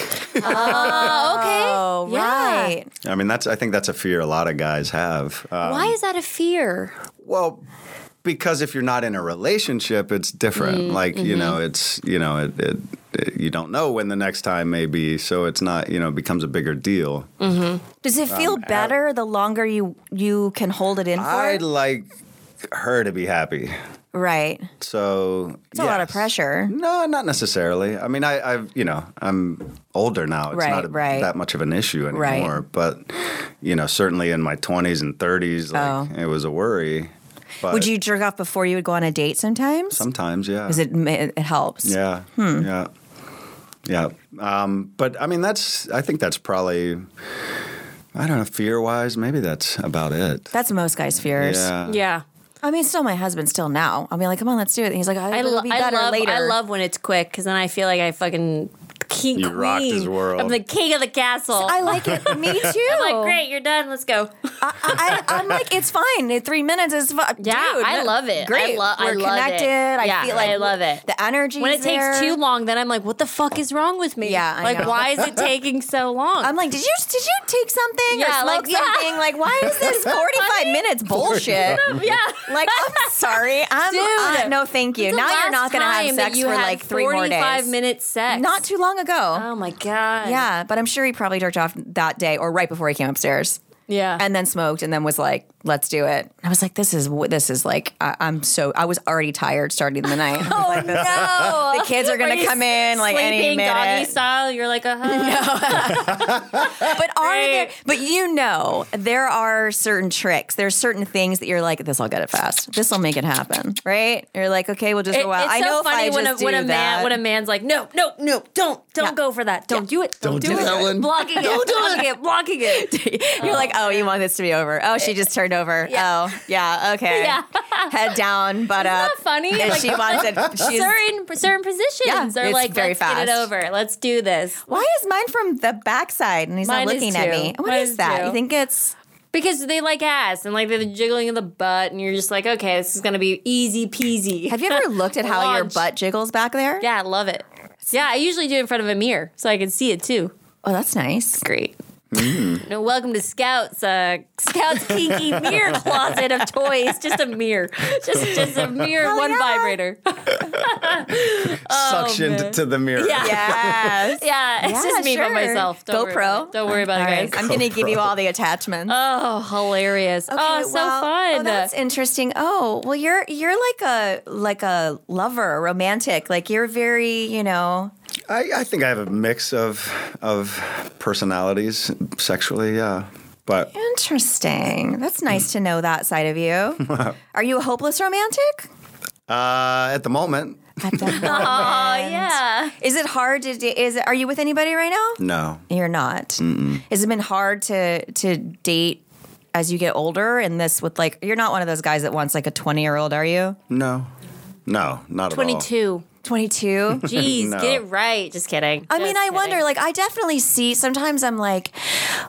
Oh, right. I mean, that's I think that's a fear a lot of guys have. Uh, Why is that a fear? well, because if you're not in a relationship, it's different. Mm, like you mm-hmm. know, it's you know, it, it, it- you don't know when the next time may be, so it's not you know becomes a bigger deal. Does it feel better the longer you you can hold it in for? I'd it? like her to be happy, right. so It's a lot of pressure. No, not necessarily. I mean, I, I've you know, I'm older now. It's Right, not a, right. that much of an issue Right. anymore. But you know, certainly in my 20s and 30s, like, it was a worry. But Oh. Would you jerk off before you would go on a date sometimes? sometimes? Yeah. Because it Hmm. ma- it helps. Yeah. Yeah. Yeah. Um, but I mean, that's. I think that's probably. I don't know. Fear wise, maybe that's about it. That's most guys' fears. Uh, Yeah. Yeah. I mean, still my husband still now. I'll be like, come on, let's do it. And he's like, I, I, it'll lo- be I better love later. I love when it's quick because then I feel like I fucking king You queen. rocked his world. I'm the king of the castle. I like it. Me too. I'm like, great, you're done. Let's go. I, I, I'm like, it's fine. It- Three minutes is fine. Yeah, I love it. I Great. lo- I We're love it. connected. I Yeah, feel like I love it. The energy when it takes too long, then I'm like, what the fuck is wrong with me? Yeah, I like, know. why is it taking so long? I'm like, did you did you take something Yeah, or smoke like, yeah. something? Like, why is this 45 minutes bullshit? yeah. Like, I'm sorry. I'm Dude. uh, no, thank you. The Now you're last not gonna have time that sex you for had like three more 45 days. minute sex. Not too long ago. Oh my god. yeah, but I'm sure he probably jerked off that day or right before he came upstairs. Yeah. and then smoked and then was like let's do it i was like this is wh- this is like I, i'm so i was already tired starting the night oh no the kids are Are gonna you come in like any sleeping doggy minute style. You're like, uh-huh. but are there but you know there are certain tricks there's certain things that you're like this will get it fast this will make it happen right you're like okay we'll just It- go out it's i so know funny if i when a, just when do a man that when a man's like, no, no, no, don't, don't Yeah. go for that. Don't do it. Don't, do that one. Blocking it. blocking it. Blocking it. you're like, oh, you want this to be over? Oh, she just turned over. Oh, yeah, okay. Yeah. Head down, butt up. funny? And Like- she wants it. She's certain certain positions Yeah, are it's like very let's get it fast. over. Let's do this. Why is mine from the backside and he's Mine not is looking at too. me? What is Mine is that? too. You think it's Because they like ass and like they're jiggling of the butt and you're just like, okay, this is gonna be easy peasy. Have you ever looked at how your Launch. butt jiggles back there? Yeah, I love it. Yeah, I usually do it in front of a mirror so I can see it too. Oh, that's nice. Great. No, welcome to Scouts, uh, Scouts Kinky Mirror Closet of Toys. Just a mirror, just just a mirror, one vibrator. Oh, Suctioned to the mirror. Yeah. Yes. Yeah, it's Yeah, just me by sure. myself. Don't worry about GoPro. it. Don't worry about All it, right. guys. I'm going to give you all the attachments. Oh, hilarious! oh, so well- fun. Oh, that's interesting. Oh, well, you're you're like a like a lover, a romantic. Like you're very, you know, I, I think I have a mix of of personalities sexually. Yeah, but interesting. That's nice to know that side of you. Are you a hopeless romantic? uh, at the moment, oh yeah. Is it hard to? da- Is it, are you with anybody right now? no. You're not. Has it been hard to to date? As you get older, and this with like, you're not one of those guys that wants like a 20 year old, are you? No, no, not at all. 22. Oh. 22? Jeez, No. get it right. Just kidding. I mean, Just I kidding. wonder. Like, I definitely see. Sometimes I'm like,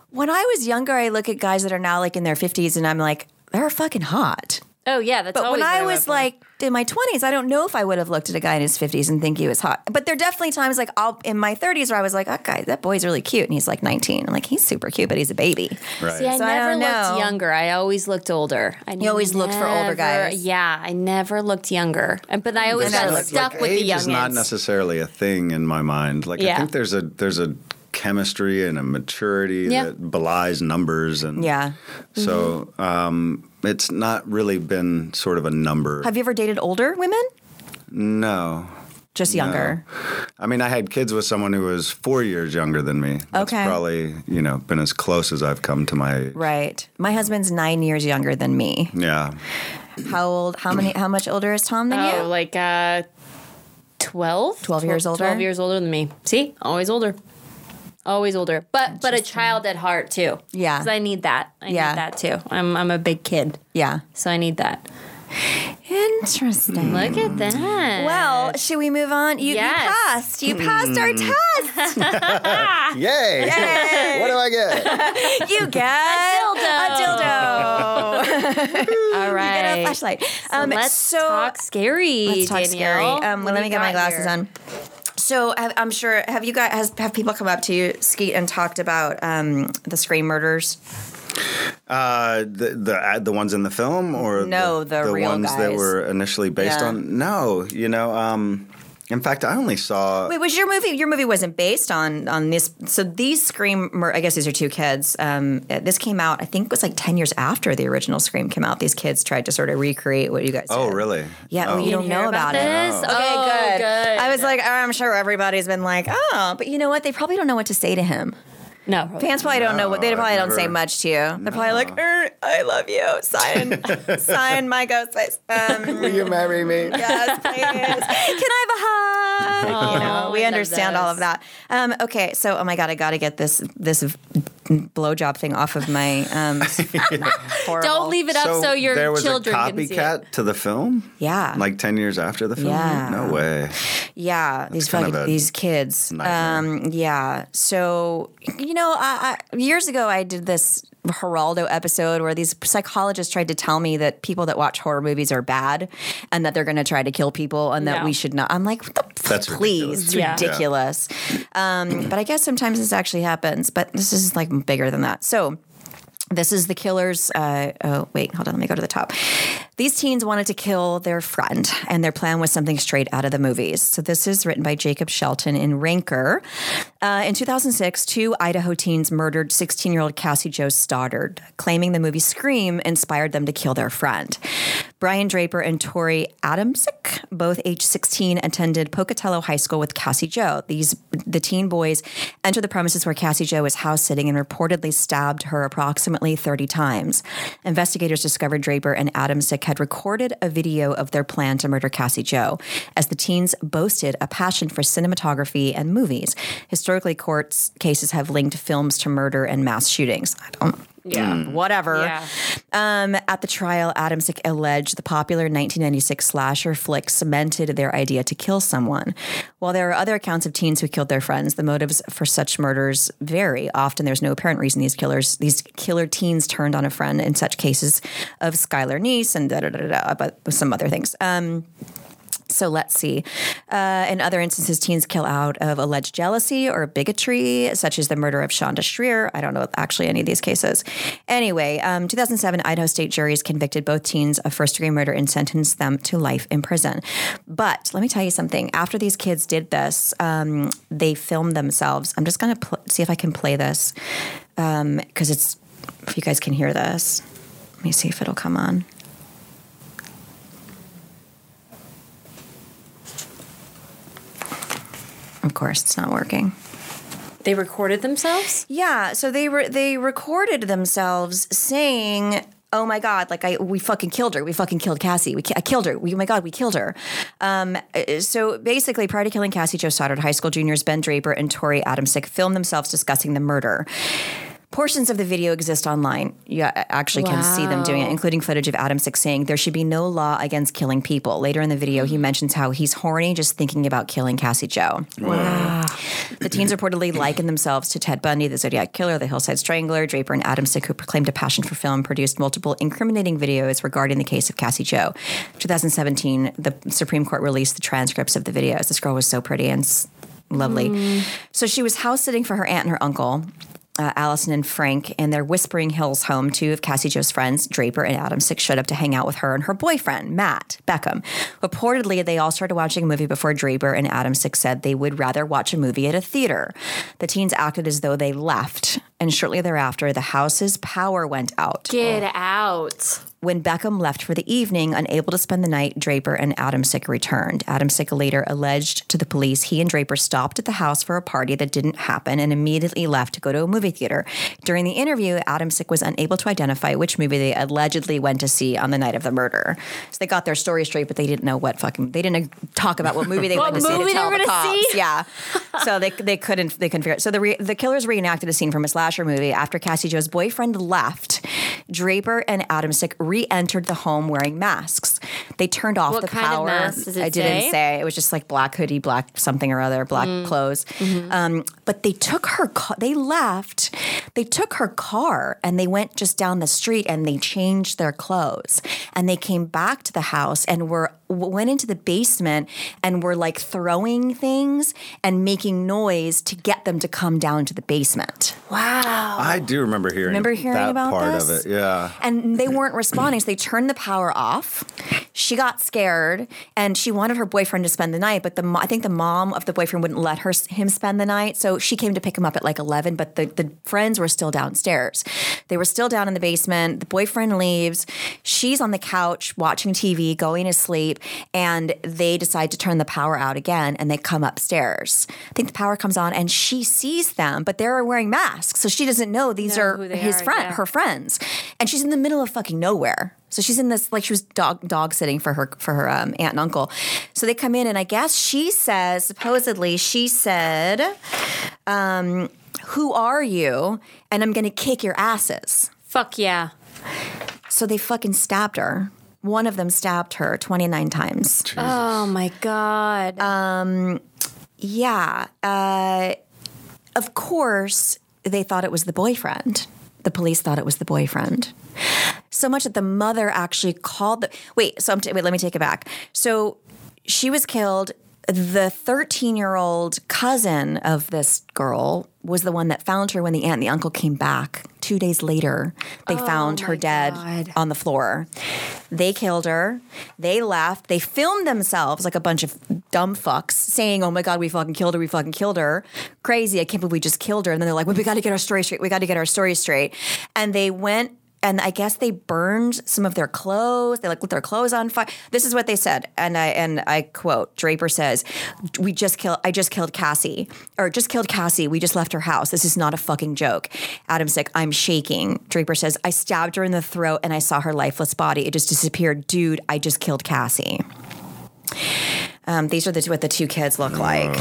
when I was younger, I look at guys that are now like in their fifties, and I'm like, they're fucking hot. Oh yeah, that's. But when always what went I was for. like in my twenties, I don't know if I would have looked at a guy in his fifties and think he was hot. But there are definitely times like I'll in my thirties where I was like, that guy, that boy's really cute, and he's like 19. I'm like, he's super cute, but he's a baby. Right. See, I So I never don't know. looked younger. I always looked older. I You always looked for older never- guys. Yeah, I never looked younger. And- But I always And I got looked stuck with age the youngins. is not necessarily a thing in my mind. Like I Yeah. think there's a there's a chemistry and a maturity Yeah. Mm-hmm. that belies numbers and Yeah. So um, it's not really been sort of a number. Have you ever dated older women? no. Just younger. I mean, I had kids with someone who was four years younger than me. That's Okay. probably, you know, been as close as I've come to my. Right. My husband's nine years younger than me. Yeah. How old? How many? How much older is Tom than Oh, you? like uh, 12? 12 years older? 12 years older than me. See? Always older. Always older. But but a child at heart too. Yeah. Cuz I need that. I Yeah. need that too. I'm I'm a big kid. Yeah. So I need that. Interesting. Look at that. Well, should we move on? You, you Yes. passed. You passed our test. Yay! what do I get? You get dildo. all a dildo. You get a right. flashlight. Um, let's talk scary. let's talk scary. Danielle. Um, What do let me you get my got glasses here? on. So I- I'm sure have you guys has, have people come up to you, Skeet, and talked about um, the scream murders? Uh, the the uh, the ones in the film, or No, the real ones that guys. were initially based Yeah. on. No, you know. Um, in fact, I only saw. Wait, was your movie? Your movie wasn't based on on this. So these Scream. mur- I guess these are two kids. Um, uh, this came out. I think it was like ten years after the original Scream came out. These kids tried to sort of recreate what you guys. oh, did. really? Yeah, well, you don't know about, it. this? Okay, Oh, good. good. I was like, oh, I'm sure everybody's been like, oh, but you know what? They probably don't know what to say to him. No. probably Fans probably don't know what they No, probably I've don't say never- much to you. They're probably like, er, I love you. Sign, sign my ghost face. Um, Will you marry me? yes, please. Can I have a hug? you know, we I love understand all of that. Um, okay, so oh my god, I got to get this this blowjob thing off of my. Um, horrible- Don't leave it up so, your there was children a can see it. copycat to the film. Yeah. like ten years after the film. Yeah. no way. Yeah, these kind of fucking a these kids. nightmare. Um, yeah. So you know, I, I, years ago I did this Geraldo episode where these psychologists tried to tell me that people that watch horror movies are bad and that they're going to try to kill people and that No. we should not. I'm like, what the That's fuck, please, it's ridiculous. Yeah. ridiculous. Um, but I guess sometimes this actually happens. But this is like bigger than that. So. This is the killer's. Uh, oh, wait, hold on. Let me go to the top. These teens wanted to kill their friend, and their plan was something straight out of the movies. So, this is written by Jacob Shelton in Ranker. Uh, in 2006, two Idaho teens murdered 16 year old Cassie Jo Stoddard, claiming the movie Scream inspired them to kill their friend. Brian Draper and Tori Adamsick, both age 16, attended Pocatello High School with Cassie Joe. These the teen boys entered the premises where Cassie Joe was house sitting and reportedly stabbed her approximately 30 times. Investigators discovered Draper and Adamsick had recorded a video of their plan to murder Cassie Joe, as the teens boasted a passion for cinematography and movies. Historically, courts cases have linked films to murder and mass shootings. I don't. Yeah. Whatever. Yeah. Um, at the trial, Adamsick alleged the popular 1996 slasher flick cemented their idea to kill someone. While there are other accounts of teens who killed their friends, the motives for such murders vary. Often, there's no apparent reason these killers, these killer teens, turned on a friend. In such cases of Skylar Niece and da da da da, da, but some other things. Um, So let's see. Uh, in other instances, teens kill out of alleged jealousy or bigotry, such as the murder of Shonda Schreer. I don't know actually any of these cases. Anyway, um, 2007, Idaho state juries convicted both teens of first degree murder and sentenced them to life in prison. But let me tell you something. After these kids did this, um, they filmed themselves. I'm just going to pl- see if I can play this because it's, if you guys can hear this, let me see if it'll come on. Of course, it's not working. They recorded themselves? Yeah, so they were they recorded themselves saying, "Oh my god, like I we fucking killed her. We fucking killed Cassie. We ki- I killed her. We, oh my god, we killed her." Um, uh, so basically, prior to killing Cassie, Joe Stoddard, high school juniors Ben Draper and Tori Adamsick filmed themselves discussing the murder. Portions of the video exist online. You a- actually can see them doing it, including footage of Adamsick saying there should be no law against killing people. Later in the video, he mentions how he's horny just thinking about killing Cassie Joe. The teens reportedly likened themselves to Ted Bundy, the Zodiac Killer, the Hillside Strangler, Draper, and Adamsick, who proclaimed a passion for film, produced multiple incriminating videos regarding the case of Cassie Joe. 2017, the Supreme Court released the transcripts of the videos. This girl was so pretty and s- lovely. So she was house sitting for her aunt and her uncle. Uh, Allison and Frank in their Whispering Hills home, two of Cassie Joe's friends, Draper and Adamsick, showed up to hang out with her and her boyfriend, Matt Beckham. Reportedly, they all started watching a movie before Draper and Adamsick said they would rather watch a movie at a theater. The teens acted as though they left, and shortly thereafter, the house's power went out. Get out. When Beckham left for the evening, unable to spend the night, Draper and Adamsick returned. Adamsick later alleged to the police he and Draper stopped at the house for a party that didn't happen and immediately left to go to a movie theater. During the interview, Adamsick was unable to identify which movie they allegedly went to see on the night of the murder. So they got their story straight, but they didn't know what fucking they didn't talk about what movie they went to see to movie they tell were the gonna cops. see? Yeah. so they, they couldn't they couldn't figure it. So the re, the killers reenacted a scene from a slasher movie after Cassie Joe's boyfriend left. Draper and Adamsick re-entered the home wearing masks. They turned off What the kind of power. masks does it I didn't say? say. It was just like black hoodie, black something or other, black clothes. Um, but they took her. Ca- they left. They took her car and they went just down the street and they changed their clothes and they came back to the house and were w- went into the basement and were like throwing things and making noise to get them to come down to the basement. I do remember hearing, Remember hearing that about part this? of it. Yeah. and they weren't responding. So they turned the power off. She got scared, and she wanted her boyfriend to spend the night. But the mo- I think the mom of the boyfriend wouldn't let her him spend the night. So she came to pick him up at like eleven. But the, the friends were still downstairs. They were still down in the basement. The boyfriend leaves. She's on the couch watching TV, going to sleep, and they decide to turn the power out again. And they come upstairs. I think the power comes on, and she sees them, but they're wearing masks, so she doesn't know these are who they his are, friend, yeah. her friends, and she's in the middle of fucking nowhere. So she's in this like she was dog dog sitting for her for her um, aunt and uncle. So they come in, and I guess she says supposedly she said, um, "Who are you?" And I'm gonna kick your asses. Fuck yeah. So they fucking stabbed her. One of them stabbed her 29 times. Oh my Uh, God. Yeah. Uh, of course, they thought it was the boyfriend. The police thought it was the boyfriend. So much that the mother actually called the. Wait, so I'm t- wait, let me take it back. So she was killed. The 13 year old cousin of this girl was the one that found her when the aunt and the uncle came back. Two days later, they found her dead on the floor. They killed her. They left. They filmed themselves like a bunch of dumb fucks saying, Oh my God, we fucking killed her. We fucking killed her. Crazy. I can't believe we just killed her. And then they're like, well, We got to get our story straight. We got to get our story straight. And they went and I guess they burned some of their clothes. They like lit their clothes on fire. This is what they said, and I and I quote Draper says, "We just killed. I just killed Cassie, or just killed Cassie. We just left her house. This is not a fucking joke." Adam's like, "I'm shaking." Draper says, "I stabbed her in the throat, and I saw her lifeless body. It just disappeared, dude. I just killed Cassie." Um, these are the what the two kids look like.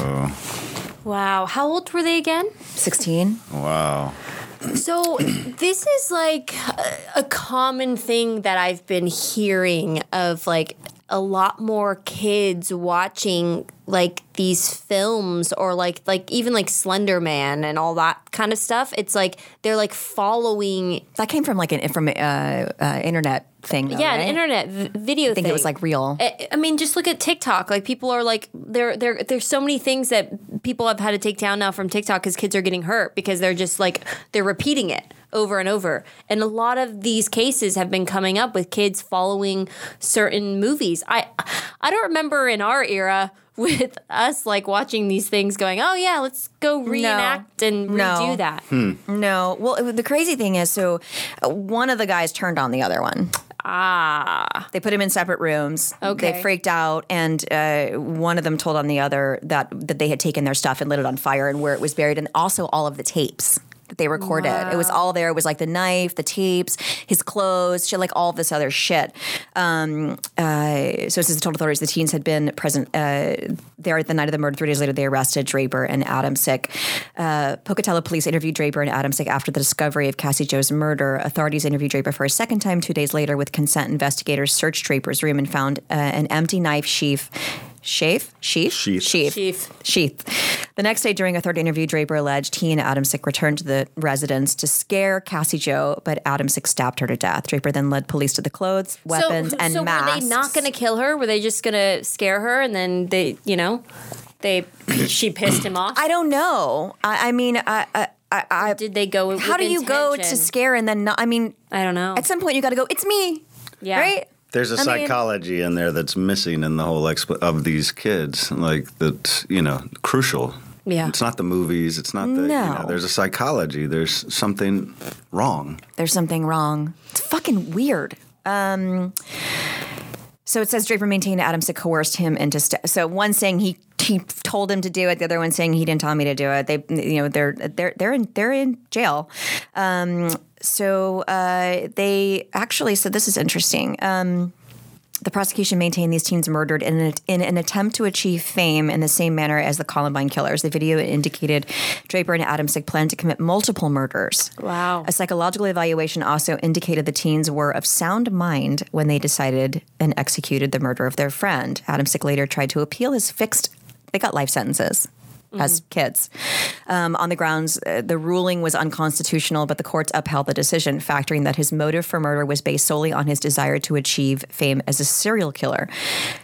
wow. How old were they again? Sixteen. Wow. So, this is like a, a common thing that I've been hearing of like a lot more kids watching like these films or like like even like Slender Man and all that kind of stuff. It's like they're like following That came from like an from uh, uh, internet thing. Though, yeah right? an internet v- video. I think it was like real. I, I mean, just look at TikTok. Like people are like there there there's so many things that people have had to take down now from TikTok because kids are getting hurt because they're just like they're repeating it over and over. And a lot of these cases have been coming up with kids following certain movies. I I don't remember in our era with us like watching these things going, "Oh yeah, let's go reenact and No. redo that." no, well, it, the crazy thing is, so uh, one of the guys turned on the other one. Ah, they put him in separate rooms. Okay. they freaked out, and uh, one of them told on the other that that they had taken their stuff and lit it on fire and where it was buried, and also all of the tapes. That they recorded. It was all there. It was like the knife, the tapes, his clothes, shit, like all this other shit. Um, uh, so, since the told authorities the teens had been present uh, there the night of the murder. Three days later, they arrested Draper and Adamsick. Uh, Pocatello police interviewed Draper and Adamsick after the discovery of Cassie Joe's murder. Authorities interviewed Draper for a second time two days later with consent. Investigators searched Draper's room and found uh, an empty knife sheath. Sheath? Sheath? Sheath. Sheath. Sheath. The next day, during a third interview, Draper alleged he and Adamsick returned to the residence to scare Cassie Joe, but Adamsick stabbed her to death. Draper then led police to the clothes, weapons, and so were masks. they not going to kill her? Were they just going to scare her and then they, you know, they she pissed him off? I don't know. I, I mean, I, I, I, I Did they go? With how do you go to intention? scare and then not? I mean, I don't know. at some point you got to go. It's me, Yeah. right? There's a I mean- psychology in there that's missing in the whole expl- of these kids, like that's you know crucial. Yeah. it's not the movies. It's not the. You No. know, there's a psychology. There's something wrong. There's something wrong. It's fucking weird. Um, so it says Draper maintained Adams to coerced him into. St- so one saying he he told him to do it. The other one saying he didn't tell me to do it. They you know they're they're they're in they're in jail. Um, so uh, they actually so this is interesting. Um, The prosecution maintained these teens murdered in an, in an attempt to achieve fame in the same manner as the Columbine killers. The video indicated Draper and Adamsick planned to commit multiple murders. Wow. A psychological evaluation also indicated the teens were of sound mind when they decided and executed the murder of their friend. Adamsick later tried to appeal his fixed. They got life sentences. As kids, um, on the grounds uh, the ruling was unconstitutional, but the courts upheld the decision, factoring that his motive for murder was based solely on his desire to achieve fame as a serial killer.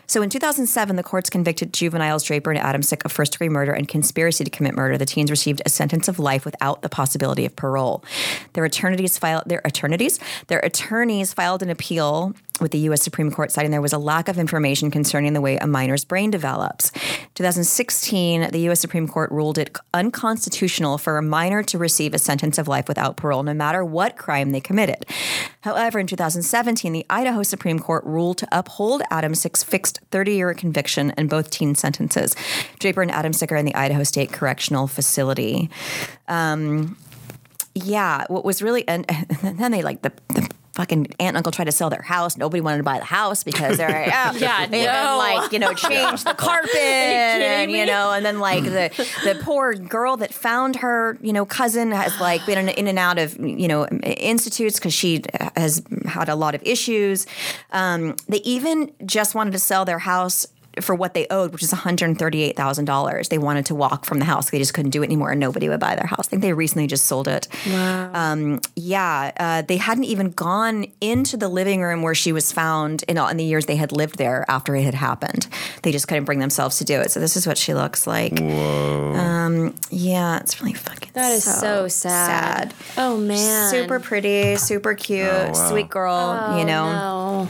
So in 2007, the courts convicted juveniles Draper and Adamsick of first degree murder and conspiracy to commit murder. The teens received a sentence of life without the possibility of parole. Their attorneys filed their attorneys their attorneys filed an appeal with the U.S. Supreme Court, citing there was a lack of information concerning the way a minor's brain develops. 2016, the U.S. Supreme Court ruled it unconstitutional for a minor to receive a sentence of life without parole, no matter what crime they committed. However, in 2017, the Idaho Supreme Court ruled to uphold Adamsick's fixed 30-year conviction and both teen sentences. Draper and Adamsick are in the Idaho State Correctional Facility. Yeah, what was really and, and then they like the, the fucking aunt and uncle tried to sell their house. Nobody wanted to buy the house because they're like, oh, Yeah, they then, no. like you know change the carpet and you know and then like the the poor girl that found her you know cousin has like been in, in and out of you know institutes because she has had a lot of issues. Um, they even just wanted to sell their house for what they owed, which is $138,000. They wanted to walk from the house. They just couldn't do it anymore and nobody would buy their house. I think they recently just sold it. Wow. Um, yeah. Uh, they hadn't even gone into the living room where she was found in, all, in the years they had lived there after it had happened. They just couldn't bring themselves to do it. So this is what she looks like. Whoa. Um, yeah. It's really fucking that is so, sad. Oh man. Oh, Super pretty, super cute, Oh, wow. sweet girl, you know. No.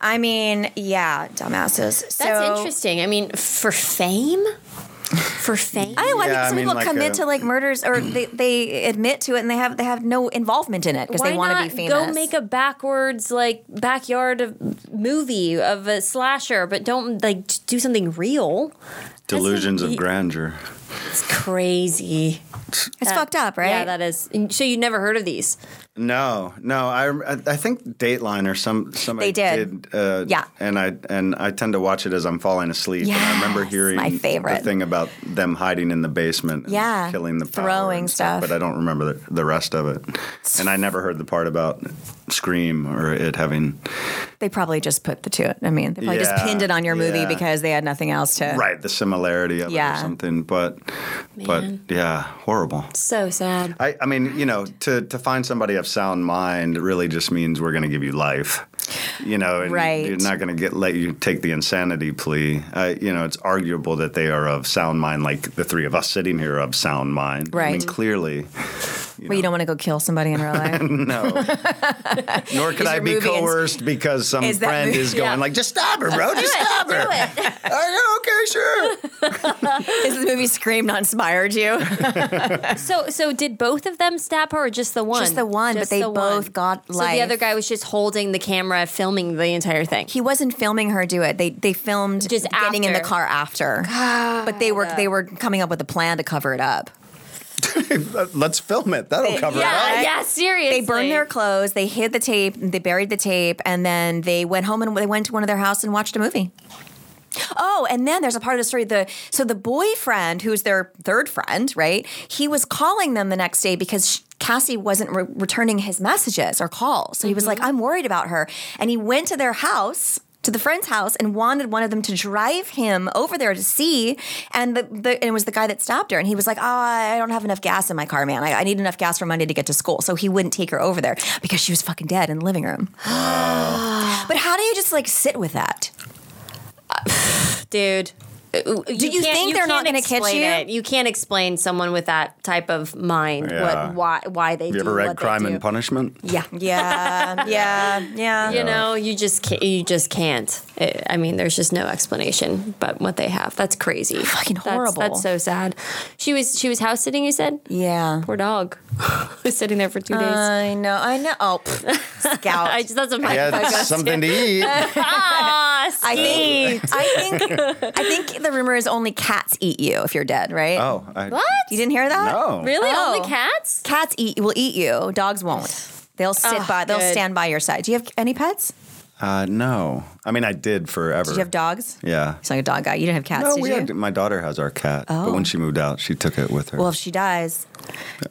I mean, yeah, dumbasses. That's so, interesting. I mean, for fame? For fame? I, know, I Yeah, think I some mean, people like commit a- to like murders or they, they admit to it and they have they have no involvement in it because they Why want to not be famous. Go make a backwards like backyard of movie of a slasher, but don't like t- do something real. Delusions of he- grandeur. It's crazy. it's fucked up, right? Yeah, that is. and So you never heard of these? No, no. I rem- I I think Dateline or some somebody They did. did. uh, Yeah. and I and I tend to watch it as I'm falling asleep. and I remember Yes, hearing my favorite. the thing about them hiding in the basement, and Yeah, killing the power throwing and stuff. but I don't remember the, the rest of it. And I never heard the part about Scream or it having They probably just put the two. I mean, they probably just Yeah, pinned it on your movie yeah. because they had nothing else to. right the similarity of it Yeah. or something. But but yeah, horrible. So sad. I, I mean, you know, to, to find somebody of sound mind really just means we're going to give you life. You know, and Right. You're not going to get let you take the insanity plea. Uh, you know, it's arguable that they are of sound mind, like the three of us sitting here are of sound mind. I mean, Right. clearly, Well, you don't want to go kill somebody in real life. no. Nor could I your be movie ins- coerced because some Is that friend movie- is going like, just stab her, bro, just stab her. Are you okay? Sure. Is the movie Scream not inspired you? So so did both of them stab her or just the one? Just the one, but they both got So life. the other guy was just holding the camera, filming the entire thing. he wasn't filming her do it. They they filmed Just getting in the after. car after. But they were they were coming up with a plan to cover it up. Let's film it. That'll cover it up. yeah, yeah, seriously. They burned their clothes. They hid the tape. They buried the tape, and then they went home and they went to one of their house and watched a movie. Oh, and then there's a part of the story. The so the boyfriend, who's their third friend, right? He was calling them the next day because sh Cassie wasn't re- returning his messages or calls. So he was like, "I'm worried about her," and he went to their house. To the friend's house and wanted one of them to drive him over there to see, and the, the and it was the guy that stopped her, and he was like, "Oh, I don't have enough gas in my car, man. I, I need enough gas for Monday to get to school." So he wouldn't take her over there because she was fucking dead in the living room. but how do you just like sit with that? dude. Do you think they're not gonna catch you? It. You can't explain someone with that type of mind Yeah. what why why they You do ever read what Crime they do. and Punishment? Yeah, yeah, yeah, yeah. You know, you just can't, you just can't. I I mean, there's just no explanation but what they have. That's crazy. Fucking That's- horrible. That's, so sad. She was she was house sitting. You said Yeah. Uh, poor dog was sitting there for two days. I know, I know. Oh, pff, scout. I I, just that's what my Yeah, focus. it's something to eat. Ah, think, I think, I think the rumor is only cats eat you if you're dead, right? Oh, I, what? You didn't hear that? No. Really? Oh. Only cats? Cats eat will eat you. Dogs won't. They'll sit Oh, by. They'll good. stand by your side. Do you have any pets? Uh, no. I mean, I did forever. Do you have dogs? Yeah. He's not a dog guy. You didn't have cats, No, did Oh, we you? Oh. had, my daughter has our cat, but when she moved out, she took it with her. Well, if she dies,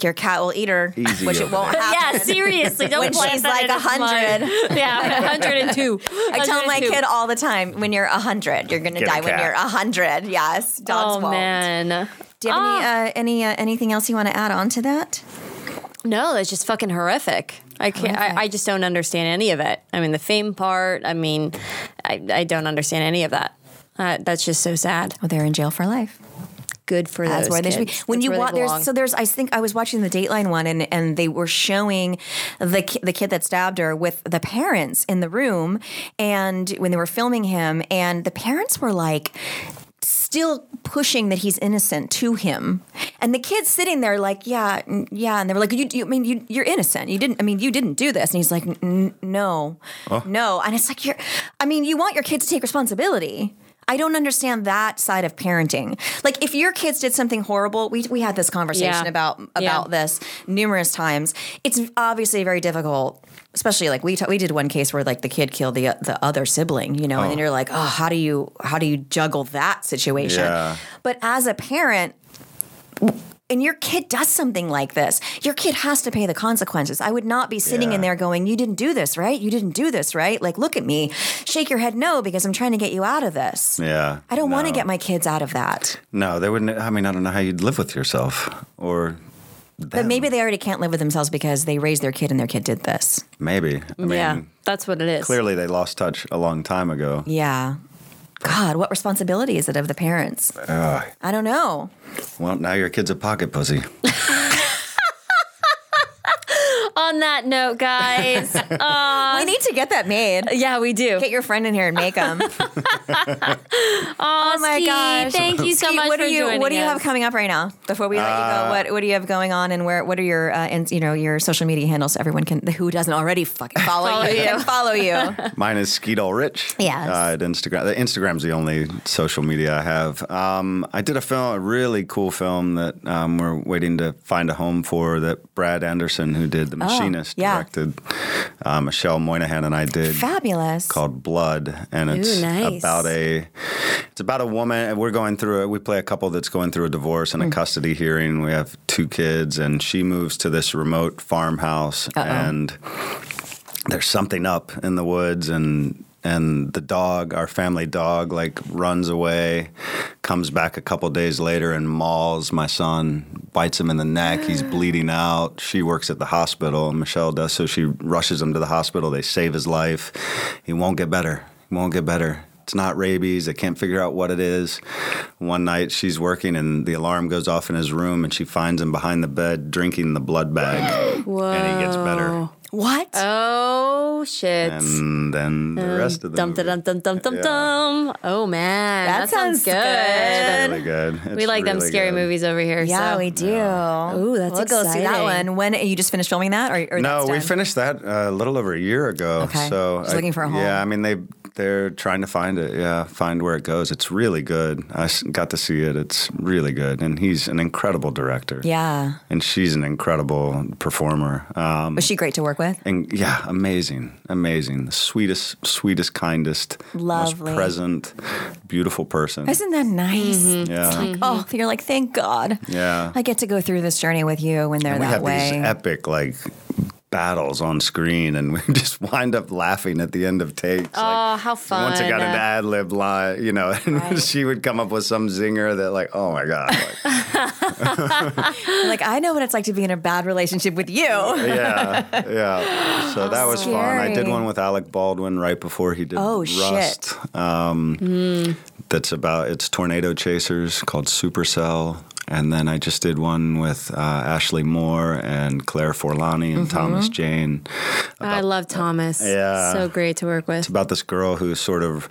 your cat will eat her, Easy which it over won't there. happen. Yeah, seriously. Don't When plant she's that like in his 100. mind. Yeah, 102. I tell my kid all the time, when you're 100, you're going to Get a die when cat. you're 100. Yes, dogs Oh, won't. man. Ah, Do you have any, uh, any uh, anything else you want to add on to that? No, that's just fucking horrific. I can't. I, I just don't understand any of it. I mean, the fame part. I mean, I, I don't understand any of that. Uh, that's just so sad. Well, they're in jail for life. Good for That's those where they kids. should be. When That's you where they watch, belong. there's so there's. I think I was watching the Dateline one, and and they were showing the ki- the kid that stabbed her with the parents in the room, and when they were filming him, and the parents were like. Still pushing that he's innocent to him, and the kid's sitting there like, yeah, n- yeah, and they were like, you, you I mean, you, you're innocent. You didn't, I mean, you didn't do this, and he's like, "N- no, no, and it's like you're, I mean, you want your kid to take responsibility, I don't understand that side of parenting. Like if your kids did something horrible, we we had this conversation Yeah. about about Yeah. this numerous times. It's obviously very difficult, especially like we t- we did one case where like the kid killed the the other sibling, you know, and then you're like, "Oh, how do you how do you juggle that situation?" Yeah. But as a parent, and your kid does something like this, your kid has to pay the consequences. I would not be sitting in Yeah. there going, You didn't do this, right? You didn't do this, right? Like, look at me. Shake your head no because I'm trying to get you out of this. yeah. I don't want to no. get my kids out of that. No, they wouldn't. I mean, I don't know how you'd live with yourself or. But maybe they already can't live with themselves because they raised their kid and their kid did this. Maybe. I mean, yeah, that's what it is. Hmm. clearly they lost touch a long time ago. Yeah. God, what responsibility is it of the parents? I don't know. Well, now your kid's a pocket pussy. On that note, guys. uh, we need to get that made. yeah, we do. Get your friend in here and make them. oh my gosh. Thank you so much what for do you joining What do you us. have coming up right now? Before we let Uh, you go, what what do you have going on, and where? What are your uh, and you know your social media handles? So everyone can who doesn't already fucking follow, you, can follow you. Mine is Skeetle Rich. Yes. Uh, at Instagram. the- Instagram's the only social media I have. Um, I did a film, a really cool film that um, we're waiting to find a home for that Brad Anderson, who did The Machinist, Oh, yeah. directed. Uh, Michelle Moynihan and I did. Fabulous. called Blood, and it's nice. about a it's about a woman. and We're going through. A, we play a couple that's going through a divorce and Mm. a custody hearing. We have two kids, and she moves to this remote farmhouse, and there's something up in the woods and and the dog our family dog like runs away comes back a couple days later and mauls my son bites him in the neck he's bleeding out she works at the hospital and michelle does so she rushes him to the hospital they save his life he won't get better he won't get better it's not rabies. I can't figure out what it is. One night she's working and the alarm goes off in his room and she finds him behind the bed drinking the blood bag. And he gets better. What? Oh shit. And then the rest of the Dum movie. dum dum dum dum dum. Oh man, that, That sounds sounds, good. good. really good. We It's like them really scary good. movies over here. yeah, so. we do. Ooh, that's we'll go see that exciting. one. When you just finished filming that, or, or No, that's we done? finished that uh, a little over a year ago. Okay. So Just looking for a home. Yeah, I mean they they're trying to find it. Yeah, find where it goes. It's really good. I s- got to see it. It's really good, and he's an incredible director. Yeah, and she's an incredible performer. Um, was she great to work with? and yeah, amazing, amazing. The sweetest, sweetest, kindest, Lovely. most present, beautiful person. Isn't that nice? yeah. Oh, you're like, thank God. Yeah. I get to go through this journey with you when they're And we that have way. these epic like battles on screen, and we just wind up laughing at the end of takes. Oh, how fun. Once it got into ad lib line, you know, and she would come up with some zinger that, like, oh my god, like, I'm like, I know what it's like to be in a bad relationship with you. yeah, yeah. So that was fun. I did Scary. one with Alec Baldwin right before he did Oh, Mm. Rust. Um, That's about it's tornado chasers called Supercell. And then I just did one with uh, Ashley Moore and Claire Forlani Mm-hmm. and Thomas Jane. I love Thomas. Yeah. So great to work with. about this girl who sort of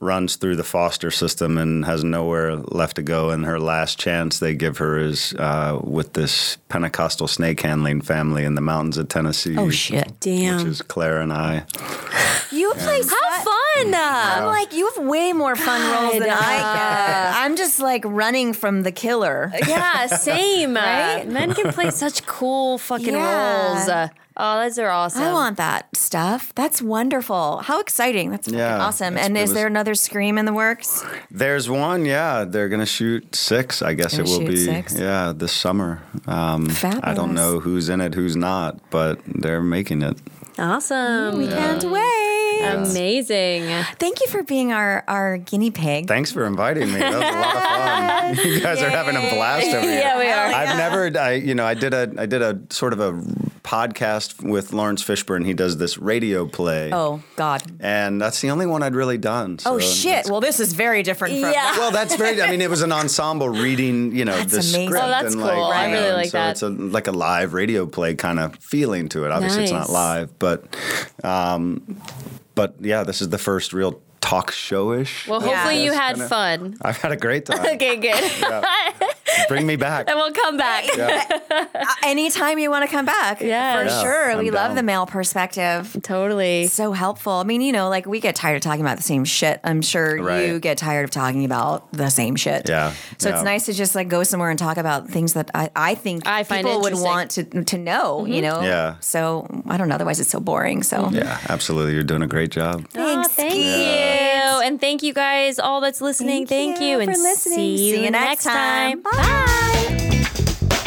runs through the foster system and has nowhere left to go. And her last chance they give her is uh, with this Pentecostal snake handling family in the mountains of Tennessee. Oh, shit. Which is Claire and I. You play How fun. I'm like, you have way more fun roles than I get. I'm just like running from the killer. Yeah, same. Uh, Men can play such cool fucking Yeah. roles. Uh, oh, those are awesome. I want that stuff. That's wonderful. How exciting. That's fucking Yeah, awesome. that's- And it is was- there another scream in the works? There's one, yeah. They're going to shoot six, I guess Gonna it will shoot be. six. Yeah, this summer. Um, I Fabulous. don't know who's in it, who's not, but they're making it. Awesome. Mm, We can't wait. Amazing. Thank you for being our, our guinea pig. Thanks for inviting me. That was a lot of fun. You guys are having a blast over here. Yeah, we are. I've never, I you know, I did a, I did a sort of a podcast with Lawrence Fishburne. He does this radio play, oh, God. and that's the only one I'd really done. so Oh, shit. Well, this is very different from Yeah. Well, that's very. I mean, it was an ensemble reading. You know, the amazing. script. Oh, that's and like, cool. I you know, really and like so that. It's a, like a live radio play kind of feeling to it. Obviously, it's not Nice. live, but, um, but yeah, this is the first real talk showish. Well, I hopefully you guess, had kinda. fun. I've had a great time. Okay, good. Bring me back. and we'll come back. Uh, anytime you want to come back. Yes. For Yeah, sure. I'm we love down. the male perspective. Totally. So helpful. I mean, you know, like we get tired of talking about the same shit. I'm sure Right. you get tired of talking about the same shit. Yeah, So it's yeah. nice to just like go somewhere and talk about things that I, I think I find people would interesting. Mm-hmm. want to to know, you know? Yeah. So I don't know, otherwise it's so boring. So Yeah, absolutely. You're doing a great job. Aw, thanks. thank Keith. you. And thank you guys all that's listening. Thank, you. for And listening. see you, next time. Bye.